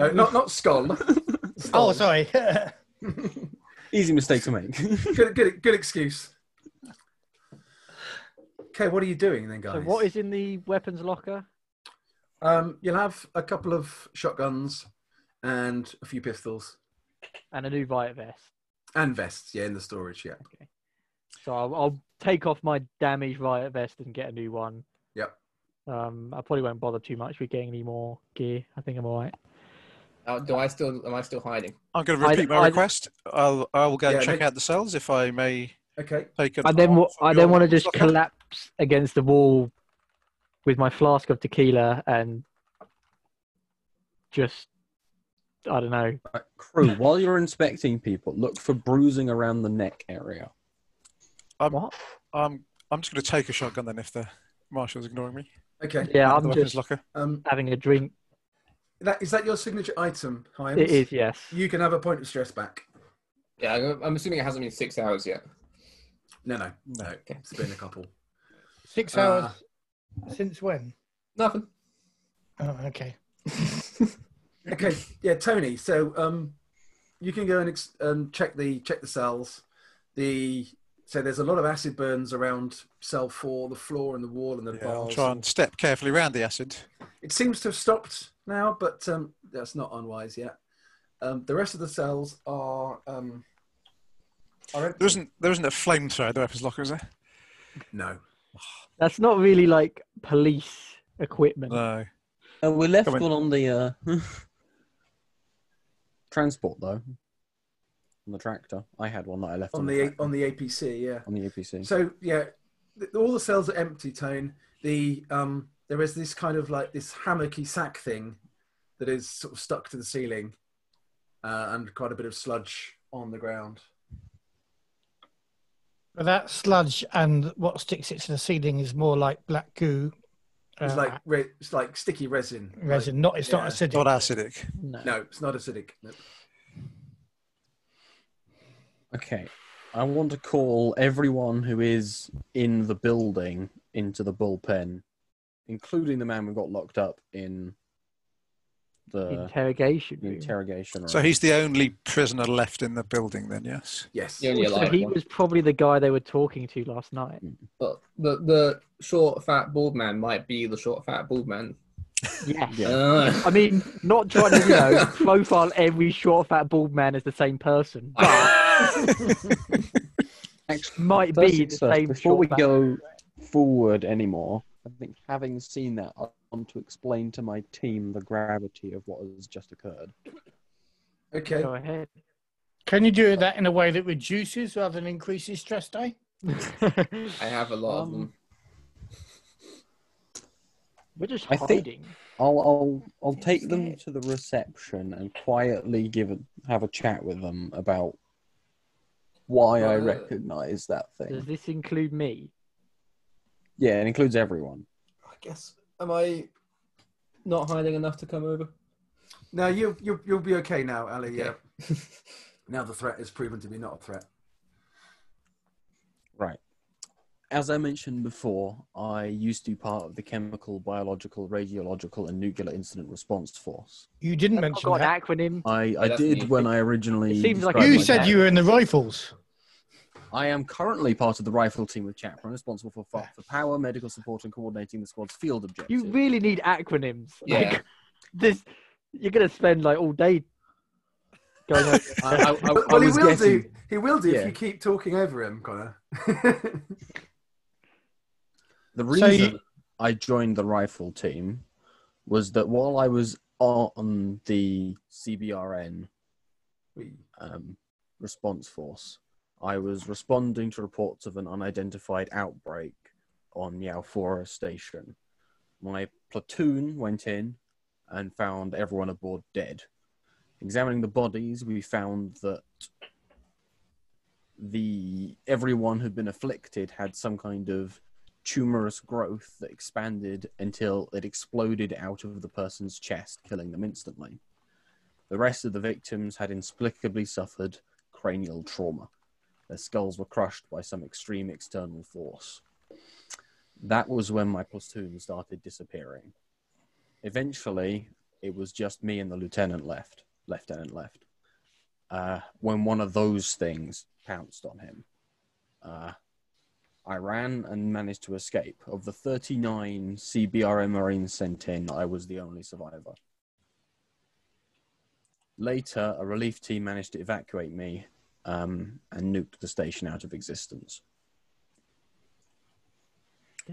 Speaker 3: Mm.
Speaker 1: No, not not Skull.
Speaker 4: Oh,
Speaker 1: Stoll.
Speaker 4: sorry. *laughs*
Speaker 5: Easy mistake to make.
Speaker 1: *laughs* good, good, good excuse. Okay, what are you doing then, guys?
Speaker 3: So what is in the weapons locker?
Speaker 1: Um, you'll have a couple of shotguns and a few pistols
Speaker 3: And a new Vita vest.
Speaker 1: and vests. Yeah, in the storage. Yeah.
Speaker 3: So I'll, I'll take off my damaged riot vest and get a new one.
Speaker 1: Yep.
Speaker 3: Um, I probably won't bother too much with getting any more gear. I think I'm alright.
Speaker 2: Oh, do I still? Am I still hiding?
Speaker 6: I'm going to
Speaker 3: I-
Speaker 6: repeat my
Speaker 3: I-
Speaker 6: request. I'll I will go and
Speaker 1: Yeah,
Speaker 6: check
Speaker 1: no-
Speaker 6: out the cells if I may
Speaker 1: Okay.
Speaker 6: take. An
Speaker 3: I then,
Speaker 6: arm
Speaker 3: wa-
Speaker 6: from
Speaker 3: I
Speaker 6: your
Speaker 3: then want to just
Speaker 6: locker.
Speaker 3: collapse against the wall with my flask of tequila and just, I don't know.
Speaker 5: Right, crew, while you're inspecting people, look for bruising around the neck area.
Speaker 6: I'm I'm just going to take a shotgun then if the marshal's ignoring me.
Speaker 1: Okay.
Speaker 3: Yeah,
Speaker 6: Out of
Speaker 3: I'm
Speaker 6: the
Speaker 3: just
Speaker 6: weapons locker.
Speaker 1: Um,
Speaker 3: having a drink.
Speaker 1: that is that your signature item, Hyams?
Speaker 3: It is, yes.
Speaker 1: You can have a point of stress back.
Speaker 2: Yeah, I'm- I'm assuming it hasn't been six hours yet.
Speaker 1: No, no,
Speaker 6: No.
Speaker 1: no. It's been a couple.
Speaker 4: Six
Speaker 1: Uh,
Speaker 4: hours since when?
Speaker 2: Nothing.
Speaker 4: Oh, okay.
Speaker 1: Okay. Yeah, Tony. So um, you can go and ex- um, check the check the cells. The so there's a lot of acid burns around cell four, the floor and the wall and the
Speaker 6: Yeah, I'll
Speaker 1: bars.
Speaker 6: try and step carefully round the acid.
Speaker 1: It seems to have stopped now, but um, that's not unwise yet. Um, the rest of the cells are. Um, are empty.
Speaker 6: There isn't there isn't a flamethrower at the weapons locker, is there?
Speaker 1: No.
Speaker 3: That's not really like police equipment.
Speaker 5: Uh,
Speaker 6: No.
Speaker 5: And we're left
Speaker 6: Come on.
Speaker 5: one on the uh, *laughs* transport though. On the tractor, I had one that I left on,
Speaker 1: On the
Speaker 5: tractor,
Speaker 1: on the APC, yeah.
Speaker 5: on the APC.
Speaker 1: So yeah, th- all the cells are empty. Tone the um, there is this kind of like this hammocky sack thing that is sort of stuck to the ceiling, uh, and quite a bit of sludge on the ground.
Speaker 4: But that sludge and what sticks it to the ceiling is more like black goo.
Speaker 1: It's
Speaker 4: uh,
Speaker 1: like re- it's like sticky resin. like-
Speaker 4: resin. Not. It's
Speaker 1: yeah.
Speaker 4: not acidic.
Speaker 6: Not acidic.
Speaker 3: No.
Speaker 1: no, it's not acidic. No.
Speaker 5: Okay, I want to call everyone who is in the building into the bullpen, including the man we got locked up in the
Speaker 3: Interrogation. room.
Speaker 5: interrogation room.
Speaker 6: So he's the only prisoner left in the building then, yes.
Speaker 1: Yes.
Speaker 2: Yeah.
Speaker 3: Also,
Speaker 2: alive
Speaker 3: he
Speaker 2: one.
Speaker 3: was probably the guy they were talking to last night.
Speaker 2: But the the short fat bald man might be the short fat bald man.
Speaker 3: Yes.
Speaker 5: *laughs* Yeah.
Speaker 2: Uh, *laughs*
Speaker 3: I mean, not trying to, you
Speaker 5: *laughs*
Speaker 3: know, profile every short, fat, bald man as the same person, but might be
Speaker 5: First
Speaker 3: the
Speaker 5: things first,
Speaker 3: same
Speaker 5: before
Speaker 3: short,
Speaker 5: we
Speaker 3: fat-
Speaker 5: go forward anymore, I think having seen that, I want to explain to my team the gravity of what has just occurred.
Speaker 1: Okay.
Speaker 3: Go ahead.
Speaker 4: Can you do that in a way that reduces rather than increases stress day?
Speaker 3: *laughs*
Speaker 2: I have a lot of them.
Speaker 3: We're just
Speaker 5: I think-
Speaker 3: hiding.
Speaker 5: I'll I'll I'll take them to the reception and quietly give a, have a chat with them about why I
Speaker 2: Uh,
Speaker 5: recognise that
Speaker 3: Does
Speaker 5: thing.
Speaker 3: this include me?
Speaker 2: Oh,
Speaker 5: Yeah, it includes everyone.
Speaker 2: I guess. Am I not hiding enough to come over?
Speaker 1: No, you you you'll be okay now, Ali. Yeah.
Speaker 2: Okay.
Speaker 1: *laughs* now the threat is proven to be not a threat.
Speaker 5: Right. As I mentioned before, I used to be part of the Chemical, Biological, Radiological, and Nuclear Incident Response Force.
Speaker 4: You didn't
Speaker 3: I've
Speaker 4: mention
Speaker 3: got
Speaker 4: that.
Speaker 3: an acronym.
Speaker 5: I, I
Speaker 2: that's
Speaker 5: did
Speaker 2: neat.
Speaker 5: when I originally.
Speaker 3: It seems like
Speaker 5: described
Speaker 4: You
Speaker 5: my
Speaker 4: said
Speaker 5: dad.
Speaker 4: you were in the rifles.
Speaker 5: I am currently part of the rifle team with Chapman, responsible for, fa- for power, medical support, and coordinating the squad's field
Speaker 3: You
Speaker 5: objectives.
Speaker 3: really need acronyms.
Speaker 2: Yeah.
Speaker 3: Like, this, you're gonna spend like all day going. Over.
Speaker 5: *laughs* I, I, I,
Speaker 1: But,
Speaker 5: I
Speaker 1: well, he
Speaker 5: was
Speaker 1: will
Speaker 5: getting.
Speaker 1: do. He will do
Speaker 5: Yeah.
Speaker 1: if you keep talking over him, Connor. *laughs*
Speaker 5: The
Speaker 4: So
Speaker 5: reason
Speaker 4: you-
Speaker 5: I joined the rifle team was that while I was on the CBRN
Speaker 1: We-
Speaker 5: um, response force, I was responding to reports of an unidentified outbreak on Yaufora station. My platoon went in and found everyone aboard dead. Examining the bodies, we found that the everyone who'd been afflicted had some kind of tumorous growth that expanded until it exploded out of the person's chest, killing them instantly. The rest of the victims had inexplicably suffered cranial trauma. Their skulls were crushed by some extreme external force. That was when my platoon started disappearing. Eventually, it was just me and the lieutenant left. Lieutenant left. Uh, when one of those things pounced on him, uh, I ran and managed to escape. Of the 39 CBRM Marines sent in, I was the only survivor. Later, a relief team managed to evacuate me um, and nuked the station out of existence.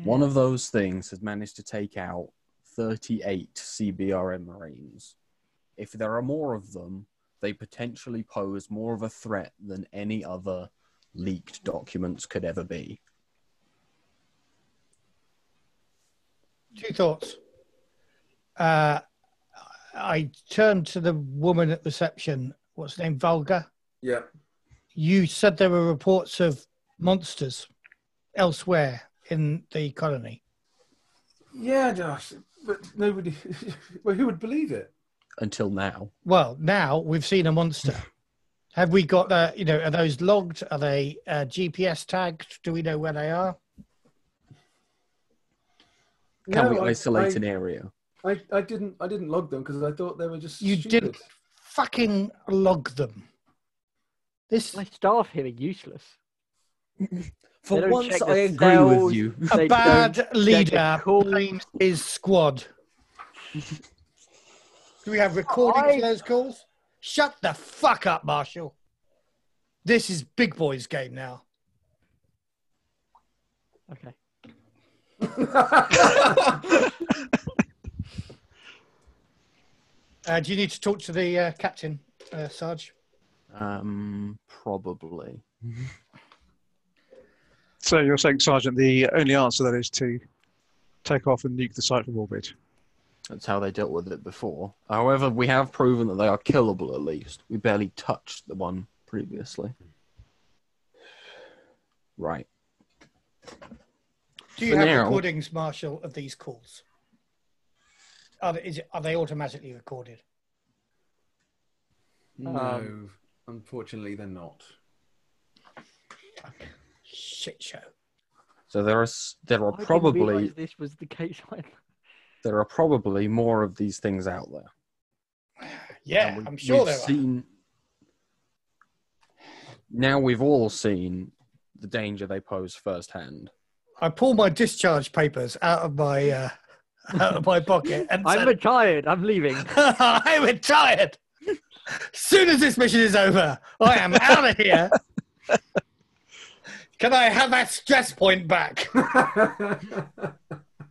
Speaker 5: One of those things has managed to take out 38 CBRM Marines. If there are more of them, they potentially pose more of a threat than any other leaked documents could ever be.
Speaker 4: Two thoughts. Uh, I turned to the woman at reception. What's her name? Vulgar.
Speaker 1: Yeah.
Speaker 4: You said there were reports of monsters elsewhere in the colony.
Speaker 1: Yeah, Josh, but nobody. *laughs* well, who would believe it?
Speaker 5: Until now,
Speaker 4: Well, now we've seen a monster. Have we got the, you know, are those logged? Are they uh, GPS tagged? Do we know where they are?
Speaker 5: can
Speaker 1: No,
Speaker 5: we
Speaker 1: I-
Speaker 5: isolate
Speaker 1: I-
Speaker 5: an area?
Speaker 1: I, I didn't I didn't log them because I thought they were just
Speaker 4: You
Speaker 1: stupid.
Speaker 4: didn't fucking log them. This
Speaker 3: My staff here are useless.
Speaker 5: *laughs* For
Speaker 3: don't
Speaker 5: once,
Speaker 3: check
Speaker 5: I
Speaker 3: the
Speaker 5: agree with
Speaker 3: cells.
Speaker 5: you.
Speaker 4: a
Speaker 3: They
Speaker 4: bad
Speaker 3: don't- they're
Speaker 4: leader
Speaker 3: cool.
Speaker 4: blames his squad. Do we have recordings of those calls? Shut the fuck up, Marshall. This is big boy's game now.
Speaker 3: Okay.
Speaker 1: *laughs*
Speaker 4: Uh, do you need to talk to the uh, captain, uh, Sarge?
Speaker 5: Um, probably.
Speaker 6: So you're saying, Sergeant, the only answer that is to take off and nuke the site from orbit.
Speaker 5: That's how they dealt with it before. However, we have proven that they are killable at least. We barely touched the one previously. Right.
Speaker 4: Do you
Speaker 5: For
Speaker 4: have
Speaker 5: now-
Speaker 4: recordings, Marshall, of these calls? Are they, is it, are they automatically recorded?
Speaker 1: no,
Speaker 3: Um,
Speaker 1: unfortunately they're not.
Speaker 4: Shit show.
Speaker 5: So there are s- there are
Speaker 3: I didn't
Speaker 5: *laughs* probably
Speaker 3: realise this was the case. *laughs*
Speaker 5: there are probably more of these things out there.
Speaker 4: Yeah,
Speaker 5: And we-
Speaker 4: I'm sure
Speaker 5: we've
Speaker 4: there are.
Speaker 5: seen- Now we've all seen the danger they pose firsthand.
Speaker 4: I pull my discharge papers out of my uh, *laughs* out of my pocket and
Speaker 3: I'm
Speaker 4: said,
Speaker 3: retired. I'm leaving.
Speaker 4: *laughs* I'm retired. Soon as this mission is over, I am out of
Speaker 5: *laughs*
Speaker 4: here. Can I have that stress point back?
Speaker 1: *laughs*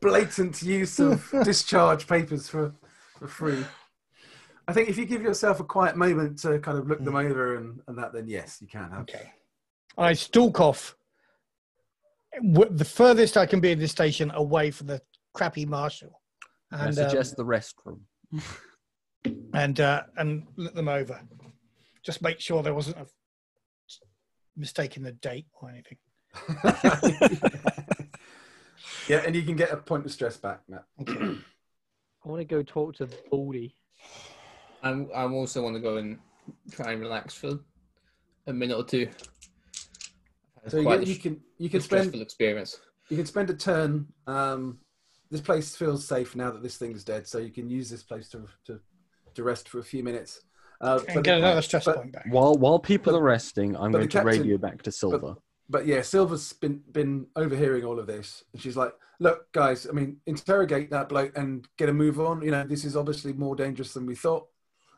Speaker 1: Blatant use of discharge papers for for free. I think if you give yourself a quiet moment to kind of look them over and, and that, *laughs* then yes, you can have.
Speaker 4: Okay. I stalk off w- the furthest I can be in this station away from the crappy marshal,
Speaker 5: I
Speaker 4: and um,
Speaker 5: suggest the restroom.
Speaker 4: and uh, and look them over. Just make sure there wasn't a mistake in the date or anything.
Speaker 1: yeah, and you can get a point of stress back, Matt.
Speaker 3: I want to go talk to Baldy.
Speaker 2: I'm, I also want to go and try and relax for a minute or two. It's
Speaker 1: So you,
Speaker 2: quite
Speaker 1: get,
Speaker 2: a
Speaker 1: you
Speaker 2: sh-
Speaker 1: can you can
Speaker 2: stressful
Speaker 1: spend
Speaker 2: experience.
Speaker 1: you can spend a turn. Um, this place feels safe now that this thing's dead, so you can use this place to to, to rest for a few minutes. Uh,
Speaker 4: And
Speaker 1: but-
Speaker 4: get another stress
Speaker 1: but-
Speaker 4: point back.
Speaker 5: While while people are resting, I'm
Speaker 1: but
Speaker 5: going
Speaker 1: the
Speaker 5: to
Speaker 1: captain-
Speaker 5: radio back to Silver.
Speaker 1: but yeah, Silver's been been overhearing all of this, and she's like, "Look, guys, I mean, interrogate that bloke and get a move on. You know, this is obviously more dangerous than we thought.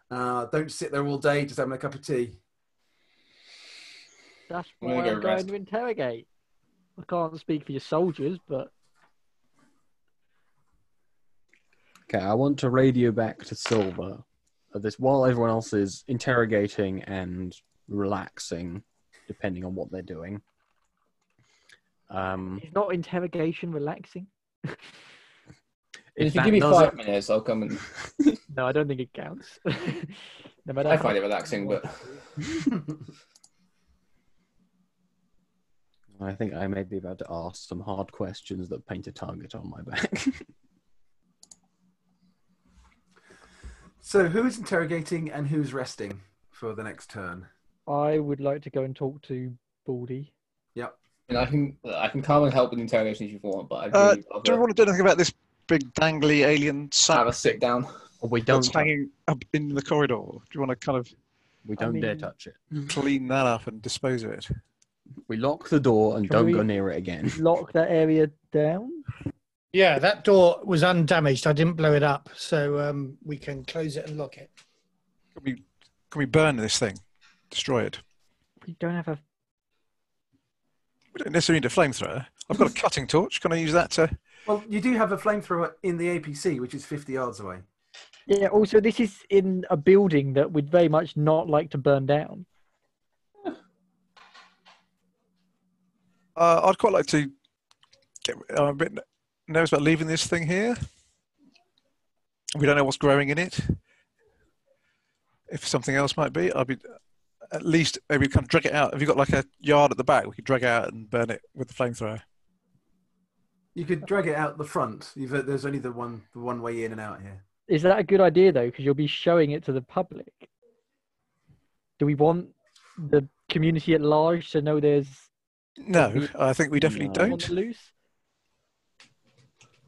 Speaker 1: Uh, don't sit there all day just having a cup of tea." *laughs*
Speaker 3: That's
Speaker 2: I'm gonna
Speaker 3: why
Speaker 2: go
Speaker 3: I'm
Speaker 2: rest.
Speaker 3: going to interrogate. I can't speak for your soldiers, but
Speaker 5: Okay, I want to radio back to Uh, Silver. Of this while everyone else is interrogating and relaxing depending on what they're doing. Um,
Speaker 3: Is not interrogation relaxing?
Speaker 5: if
Speaker 2: If you
Speaker 5: that
Speaker 2: give me
Speaker 5: doesn't-
Speaker 2: five minutes, I'll come and.
Speaker 3: No, I don't think it counts. *laughs* no matter
Speaker 2: I
Speaker 3: how
Speaker 2: find it relaxing, but
Speaker 5: I think I may be about to ask some hard questions that paint a target on
Speaker 2: *laughs*
Speaker 5: my back.
Speaker 1: So, who's interrogating and who's resting for the next turn?
Speaker 3: I would like to go and talk to Baldy.
Speaker 2: and I can I can come and help with interrogations if you want, but I'd
Speaker 6: Uh,
Speaker 2: really rather
Speaker 6: Do we want to do anything about this big dangly alien
Speaker 2: have
Speaker 6: sack
Speaker 2: a sit down.
Speaker 5: we
Speaker 6: that's
Speaker 5: don't.
Speaker 6: hanging up in the corridor? Do you want to kind of
Speaker 5: We
Speaker 3: I
Speaker 5: don't dare
Speaker 3: mean-
Speaker 5: touch it.
Speaker 6: clean that up and dispose of it?
Speaker 5: We lock the door and
Speaker 3: Can
Speaker 5: don't
Speaker 3: we-
Speaker 5: go near it
Speaker 2: *laughs*
Speaker 5: again.
Speaker 3: Lock that area down.
Speaker 4: Yeah, that door was undamaged. I didn't blow it up, so um, we can close it and lock it.
Speaker 6: Can we can we burn this thing? Destroy it?
Speaker 3: We don't have a.
Speaker 6: We don't necessarily need a flamethrower. I've got a cutting torch. Can I use that to?
Speaker 1: Well, you do have a flamethrower in the APC, which is 50 yards away.
Speaker 3: Yeah. Also, this is in a building that we'd very much not like to burn down.
Speaker 6: Uh, I'd quite like to. Get, I'm a bit nervous about leaving this thing here. We don't know what's growing in it. If something else might be, I'd be at least maybe kind of drag it out. Have you got like a yard at the back? We could drag it out and burn it with the flamethrower.
Speaker 1: You could drag it out the front. You've, uh, there's only the one, the one way in and out here.
Speaker 3: Is that a good idea though? Because you'll be showing it to the public. Do we want the community at large to know there's
Speaker 6: No, I think we definitely
Speaker 5: No.
Speaker 3: on
Speaker 6: don't.
Speaker 3: the loose?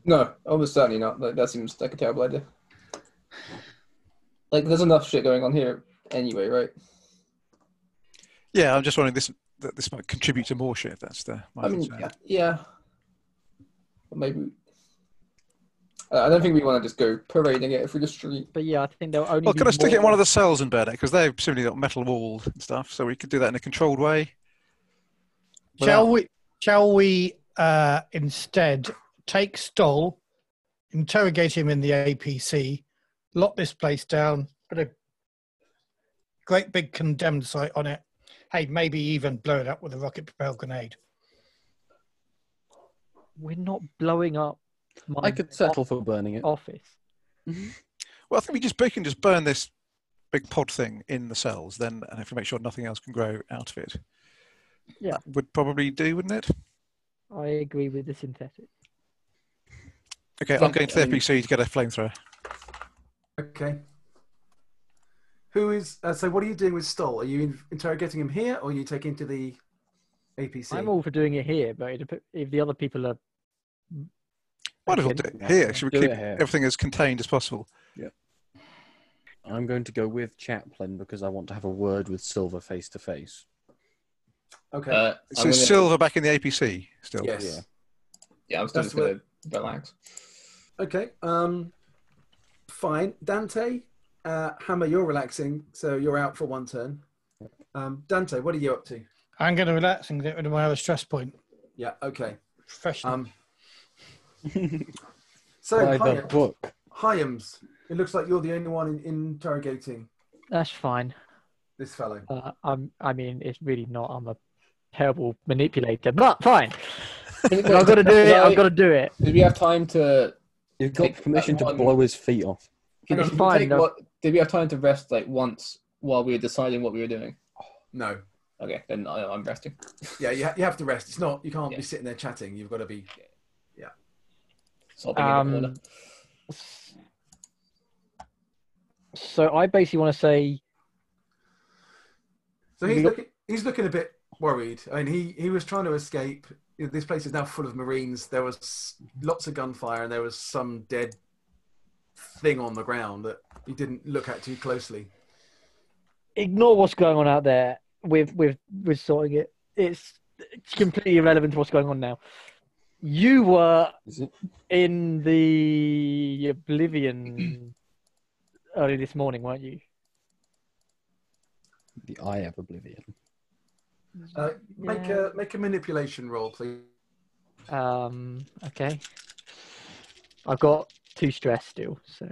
Speaker 2: No, almost certainly not. Like, that seems like a terrible idea. Like, there's enough shit going on here anyway, right?
Speaker 6: Yeah, I'm just wondering this that this might contribute to more shit. That's the my
Speaker 2: I mean,
Speaker 6: concern.
Speaker 2: yeah, yeah. But maybe. Uh, I don't think we want to just go parading it through the street.
Speaker 3: But yeah, I think they'll only.
Speaker 6: Well,
Speaker 3: be
Speaker 6: could Oh, I stick it in
Speaker 3: more-
Speaker 6: one of the cells and burn it? Because they've similarly got metal walled and stuff, so we could do that in a controlled way.
Speaker 4: Shall we? Shall we uh, instead take Stoll, interrogate him in the APC, lock this place down, put a great big condemned site on it. Hey, maybe even blow it up with a rocket-propelled grenade.
Speaker 3: We're not blowing up. My
Speaker 5: I could settle for burning
Speaker 2: Oh.
Speaker 5: it.
Speaker 3: office.
Speaker 6: Well, I think we just we can just burn this big pod thing in the cells, then, and if we make sure nothing else can grow out of it.
Speaker 3: Yeah.
Speaker 6: That would probably do, wouldn't it?
Speaker 3: I agree with the synthetic.
Speaker 6: Okay, I'm
Speaker 2: Like,
Speaker 6: going to the
Speaker 2: I mean-
Speaker 6: APC to get a flamethrower.
Speaker 1: Okay. Who is. Uh, so, what are you doing with Stoll? Are you in, interrogating him here or are you taking him to the APC?
Speaker 3: I'm all for doing it here, but it, dep- if the other people are
Speaker 6: Might as well do
Speaker 3: Okay.
Speaker 6: it here. Should we
Speaker 5: Do
Speaker 6: keep
Speaker 5: it here.
Speaker 6: everything as contained as possible?
Speaker 5: I'm going to go with Chaplin because I want to have a word with Silver face
Speaker 2: *laughs*
Speaker 5: to face.
Speaker 1: okay.
Speaker 2: Uh,
Speaker 6: So
Speaker 2: I'm gonna-
Speaker 6: silver back in the APC still.
Speaker 1: yes.
Speaker 5: yeah.
Speaker 2: Yeah, I'm still
Speaker 1: That's
Speaker 2: just going to relax.
Speaker 1: Okay. Um, fine. Dante, uh, Hammer, you're relaxing, so you're out for one turn. Um, Dante, what are you up to?
Speaker 4: I'm going to relax and get rid of my other stress point.
Speaker 1: Yeah. Okay.
Speaker 4: Professional.
Speaker 1: Um, so
Speaker 5: By the
Speaker 1: Hyams,
Speaker 5: book.
Speaker 1: Hyams, it looks like you're the only one in, interrogating
Speaker 3: that's fine.
Speaker 1: this fellow.
Speaker 3: Uh, I'm. I mean, it's really not. I'm a terrible manipulator, but fine. *laughs* I've got to do it. I've got to do it.
Speaker 2: Did we have time to?
Speaker 5: You've
Speaker 2: Take
Speaker 5: got
Speaker 2: that
Speaker 5: permission to
Speaker 2: one.
Speaker 5: blow his feet off.
Speaker 2: Did,
Speaker 3: It's
Speaker 2: did we
Speaker 3: fine,
Speaker 2: take
Speaker 3: no.
Speaker 2: what, did we have time to rest like once while we were deciding what we were doing?
Speaker 1: No.
Speaker 2: Okay, then I, I'm resting.
Speaker 1: Yeah. You, ha- you have to rest. It's not. You can't
Speaker 2: Yeah.
Speaker 1: be sitting there chatting. You've got to be.
Speaker 2: Sobbing in the
Speaker 3: Um,
Speaker 2: corner.
Speaker 3: so I basically want to say,
Speaker 1: So he's
Speaker 3: Yep.
Speaker 1: looking. He's looking a bit worried. I mean, he he was trying to escape. This place is now full of marines. There was lots of gunfire, and there was some dead thing on the ground that he didn't look at too closely.
Speaker 3: ignore what's going on out there. With with with sorting it, it's, it's completely irrelevant to what's going on now. You were
Speaker 5: Is it?
Speaker 3: in the Oblivion early this morning, weren't you?
Speaker 5: The Eye of Oblivion.
Speaker 1: Uh, Make a make a manipulation roll, please.
Speaker 3: Um. Okay. I've got two stress still, so.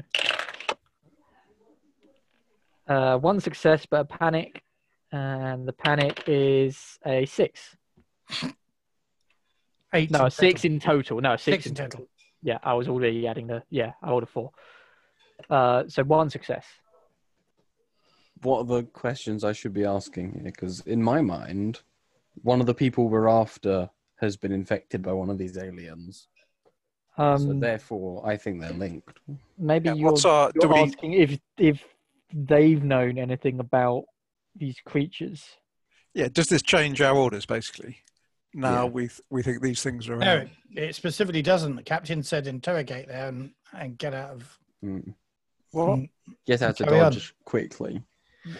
Speaker 3: Uh, one success, but a panic. and the panic is a six.
Speaker 4: Eight.
Speaker 3: No,
Speaker 4: in
Speaker 3: a six in total. No, a
Speaker 4: total.
Speaker 3: six,
Speaker 4: Six in total.
Speaker 3: Yeah, I was already adding the. Yeah, I rolled a four. Uh, so one success.
Speaker 5: What are the questions I should be asking here? Because in my mind, one of the people we're after has been infected by one of these aliens.
Speaker 3: Um,
Speaker 5: so therefore, I think they're linked.
Speaker 3: maybe
Speaker 6: Yeah,
Speaker 3: you're,
Speaker 6: what's our- do
Speaker 3: you're
Speaker 6: we-
Speaker 3: asking if if they've known anything about these creatures.
Speaker 6: Yeah, does this change our orders basically? Now
Speaker 5: Yeah.
Speaker 6: we th- we think these things are.
Speaker 4: No,
Speaker 6: around.
Speaker 4: it, it specifically doesn't. The captain said interrogate them and get out of.
Speaker 5: Mm.
Speaker 6: What?
Speaker 4: Hmm.
Speaker 5: Get out of
Speaker 4: Carry on.
Speaker 5: Dodge quickly.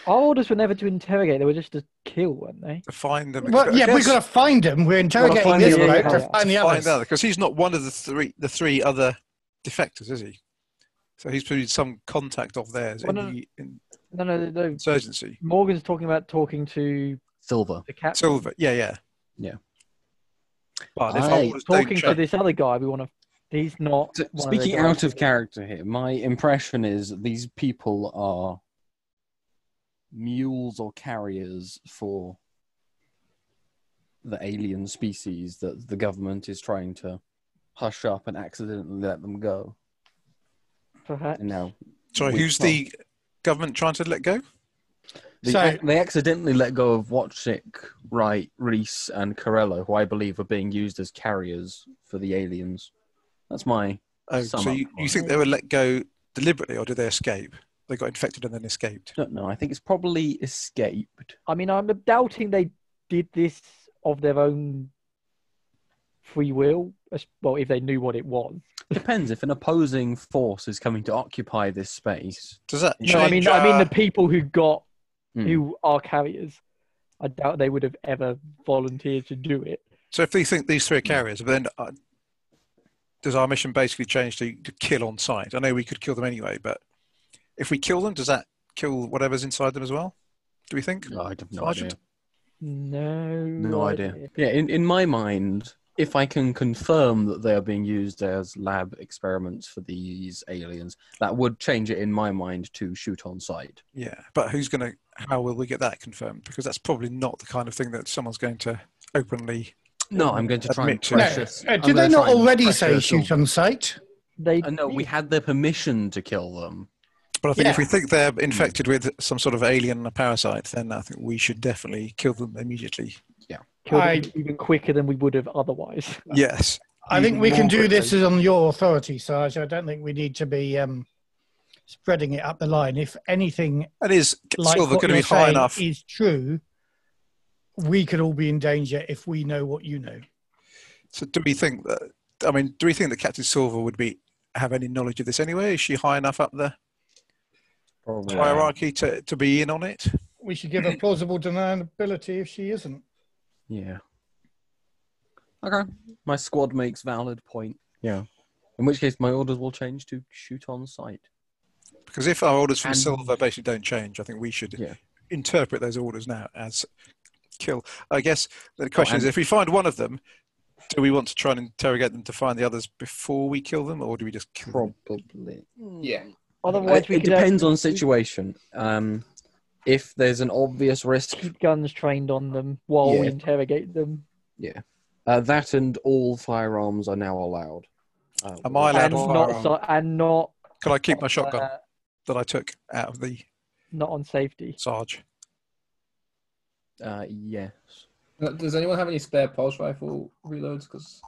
Speaker 3: Our orders were never to interrogate; they were just to kill, weren't they?
Speaker 6: To find them.
Speaker 4: Well, yeah, we've
Speaker 6: Yes,
Speaker 4: got to find them. We're interrogating
Speaker 5: find
Speaker 4: this
Speaker 3: the
Speaker 4: bloke
Speaker 3: other
Speaker 4: to
Speaker 3: guy.
Speaker 4: find the
Speaker 6: find
Speaker 4: others.
Speaker 6: another because he's not one of the three the three other defectors, is he? So he's probably some contact of theirs in
Speaker 3: Well, no,
Speaker 6: the in-
Speaker 3: No, no, no, no.
Speaker 6: insurgency.
Speaker 3: Morgan's talking about talking to
Speaker 5: Silver.
Speaker 3: the captain.
Speaker 6: Silver. Yeah, yeah.
Speaker 5: Yeah.
Speaker 6: But if
Speaker 5: I-
Speaker 6: I, was
Speaker 3: talking to this other guy, we want to. He's not.
Speaker 5: So,
Speaker 3: one the
Speaker 5: speaking
Speaker 3: guys.
Speaker 5: out of character here, my impression is that these people are mules or carriers for the alien species that the government is trying to hush up and accidentally let them go.
Speaker 3: Perhaps.
Speaker 5: And now
Speaker 6: sorry,
Speaker 5: we-
Speaker 6: who's the government trying to let go?
Speaker 5: they,
Speaker 4: So-
Speaker 5: ac- they accidentally let go of Watchick, Wright, Reese, and Corello, who I believe are being used as carriers for the aliens. That's my
Speaker 6: Oh,
Speaker 5: Some
Speaker 6: so
Speaker 5: up
Speaker 6: you, you
Speaker 5: one.
Speaker 6: think they were let go deliberately, or did they escape? They got infected and then escaped.
Speaker 5: don't know. I think it's probably escaped.
Speaker 3: I mean, I'm doubting they did this of their own free will. as- Well, if they knew what it was.
Speaker 5: Depends if an opposing force is coming to occupy this space.
Speaker 6: Does that?
Speaker 5: No,
Speaker 3: No, I mean,
Speaker 6: change
Speaker 3: I mean
Speaker 6: our-
Speaker 3: the people who got
Speaker 5: Hmm.
Speaker 3: who are carriers. I doubt they would have ever volunteered to do it.
Speaker 6: So if they think these three are carriers, but then uh, does our mission basically change to, to kill on sight? I know we could kill them anyway, but if we kill them, does that kill whatever's inside them as well? Do we think?
Speaker 5: I have no idea.
Speaker 6: Sergeant?
Speaker 3: No.
Speaker 5: No idea. Yeah, in, in my mind, if I can confirm that they are being used as lab experiments for these aliens, that would change it in my mind to shoot on sight.
Speaker 6: Yeah, but who's going to? How will we get that confirmed? Because that's probably not the kind of thing that someone's going to openly.
Speaker 5: No, I'm going to try and
Speaker 6: Admit to it.
Speaker 4: No.
Speaker 5: precious.
Speaker 4: Uh, did they not already say shoot on sight?
Speaker 3: They
Speaker 5: Uh, no, we had their permission to kill them.
Speaker 6: But I think if
Speaker 4: Yeah. Mm.
Speaker 6: we think they're infected with some sort of alien parasite, then I think we should definitely kill them immediately.
Speaker 3: killed
Speaker 4: I-
Speaker 3: them even quicker than we would have otherwise.
Speaker 6: Yes.
Speaker 4: I think we can
Speaker 6: Even
Speaker 4: do
Speaker 6: more
Speaker 4: this on your authority, Sarge. I don't think we need to be um, spreading it up the line. If anything,
Speaker 6: And is
Speaker 4: like
Speaker 6: silver
Speaker 4: what
Speaker 6: going to
Speaker 4: you're
Speaker 6: be high
Speaker 4: saying
Speaker 6: enough?
Speaker 4: is true, we could all be in danger if we know what you know.
Speaker 6: So do we think that? I mean, do we think that Captain Silver would be have any knowledge of this anyway? Is she high enough up the
Speaker 5: Probably.
Speaker 6: hierarchy to, to be in on it?
Speaker 4: We should give her plausible deniability if she isn't.
Speaker 5: Yeah. Okay. My squad makes valid point. Yeah. In which case, my orders will change to shoot on sight.
Speaker 6: Because if our orders from
Speaker 5: And-
Speaker 6: Silver basically don't change, I think we should
Speaker 5: Yeah.
Speaker 6: interpret those orders now as kill. I guess the question is,
Speaker 5: and-
Speaker 6: if we find one of them, do we want to try and interrogate them to find the others before we kill them, or do we just kill
Speaker 3: Um,
Speaker 6: them?
Speaker 5: Probably.
Speaker 2: Yeah.
Speaker 3: Otherwise,
Speaker 5: Hmm. it,
Speaker 3: we
Speaker 5: it
Speaker 3: could have-
Speaker 5: depends on situation. Um, if there's an obvious risk,
Speaker 3: keep guns trained on them while we
Speaker 5: Yeah.
Speaker 3: interrogate them.
Speaker 5: uh, that and all firearms are now allowed. Uh,
Speaker 6: Am I allowed
Speaker 3: And
Speaker 6: to
Speaker 3: not, so, and not
Speaker 6: Can I keep my shotgun
Speaker 3: uh,
Speaker 6: that I took out of the
Speaker 3: not on safety.
Speaker 6: Sarge?
Speaker 5: Uh, yes.
Speaker 2: Uh, Does anyone have any spare pulse rifle reloads? Because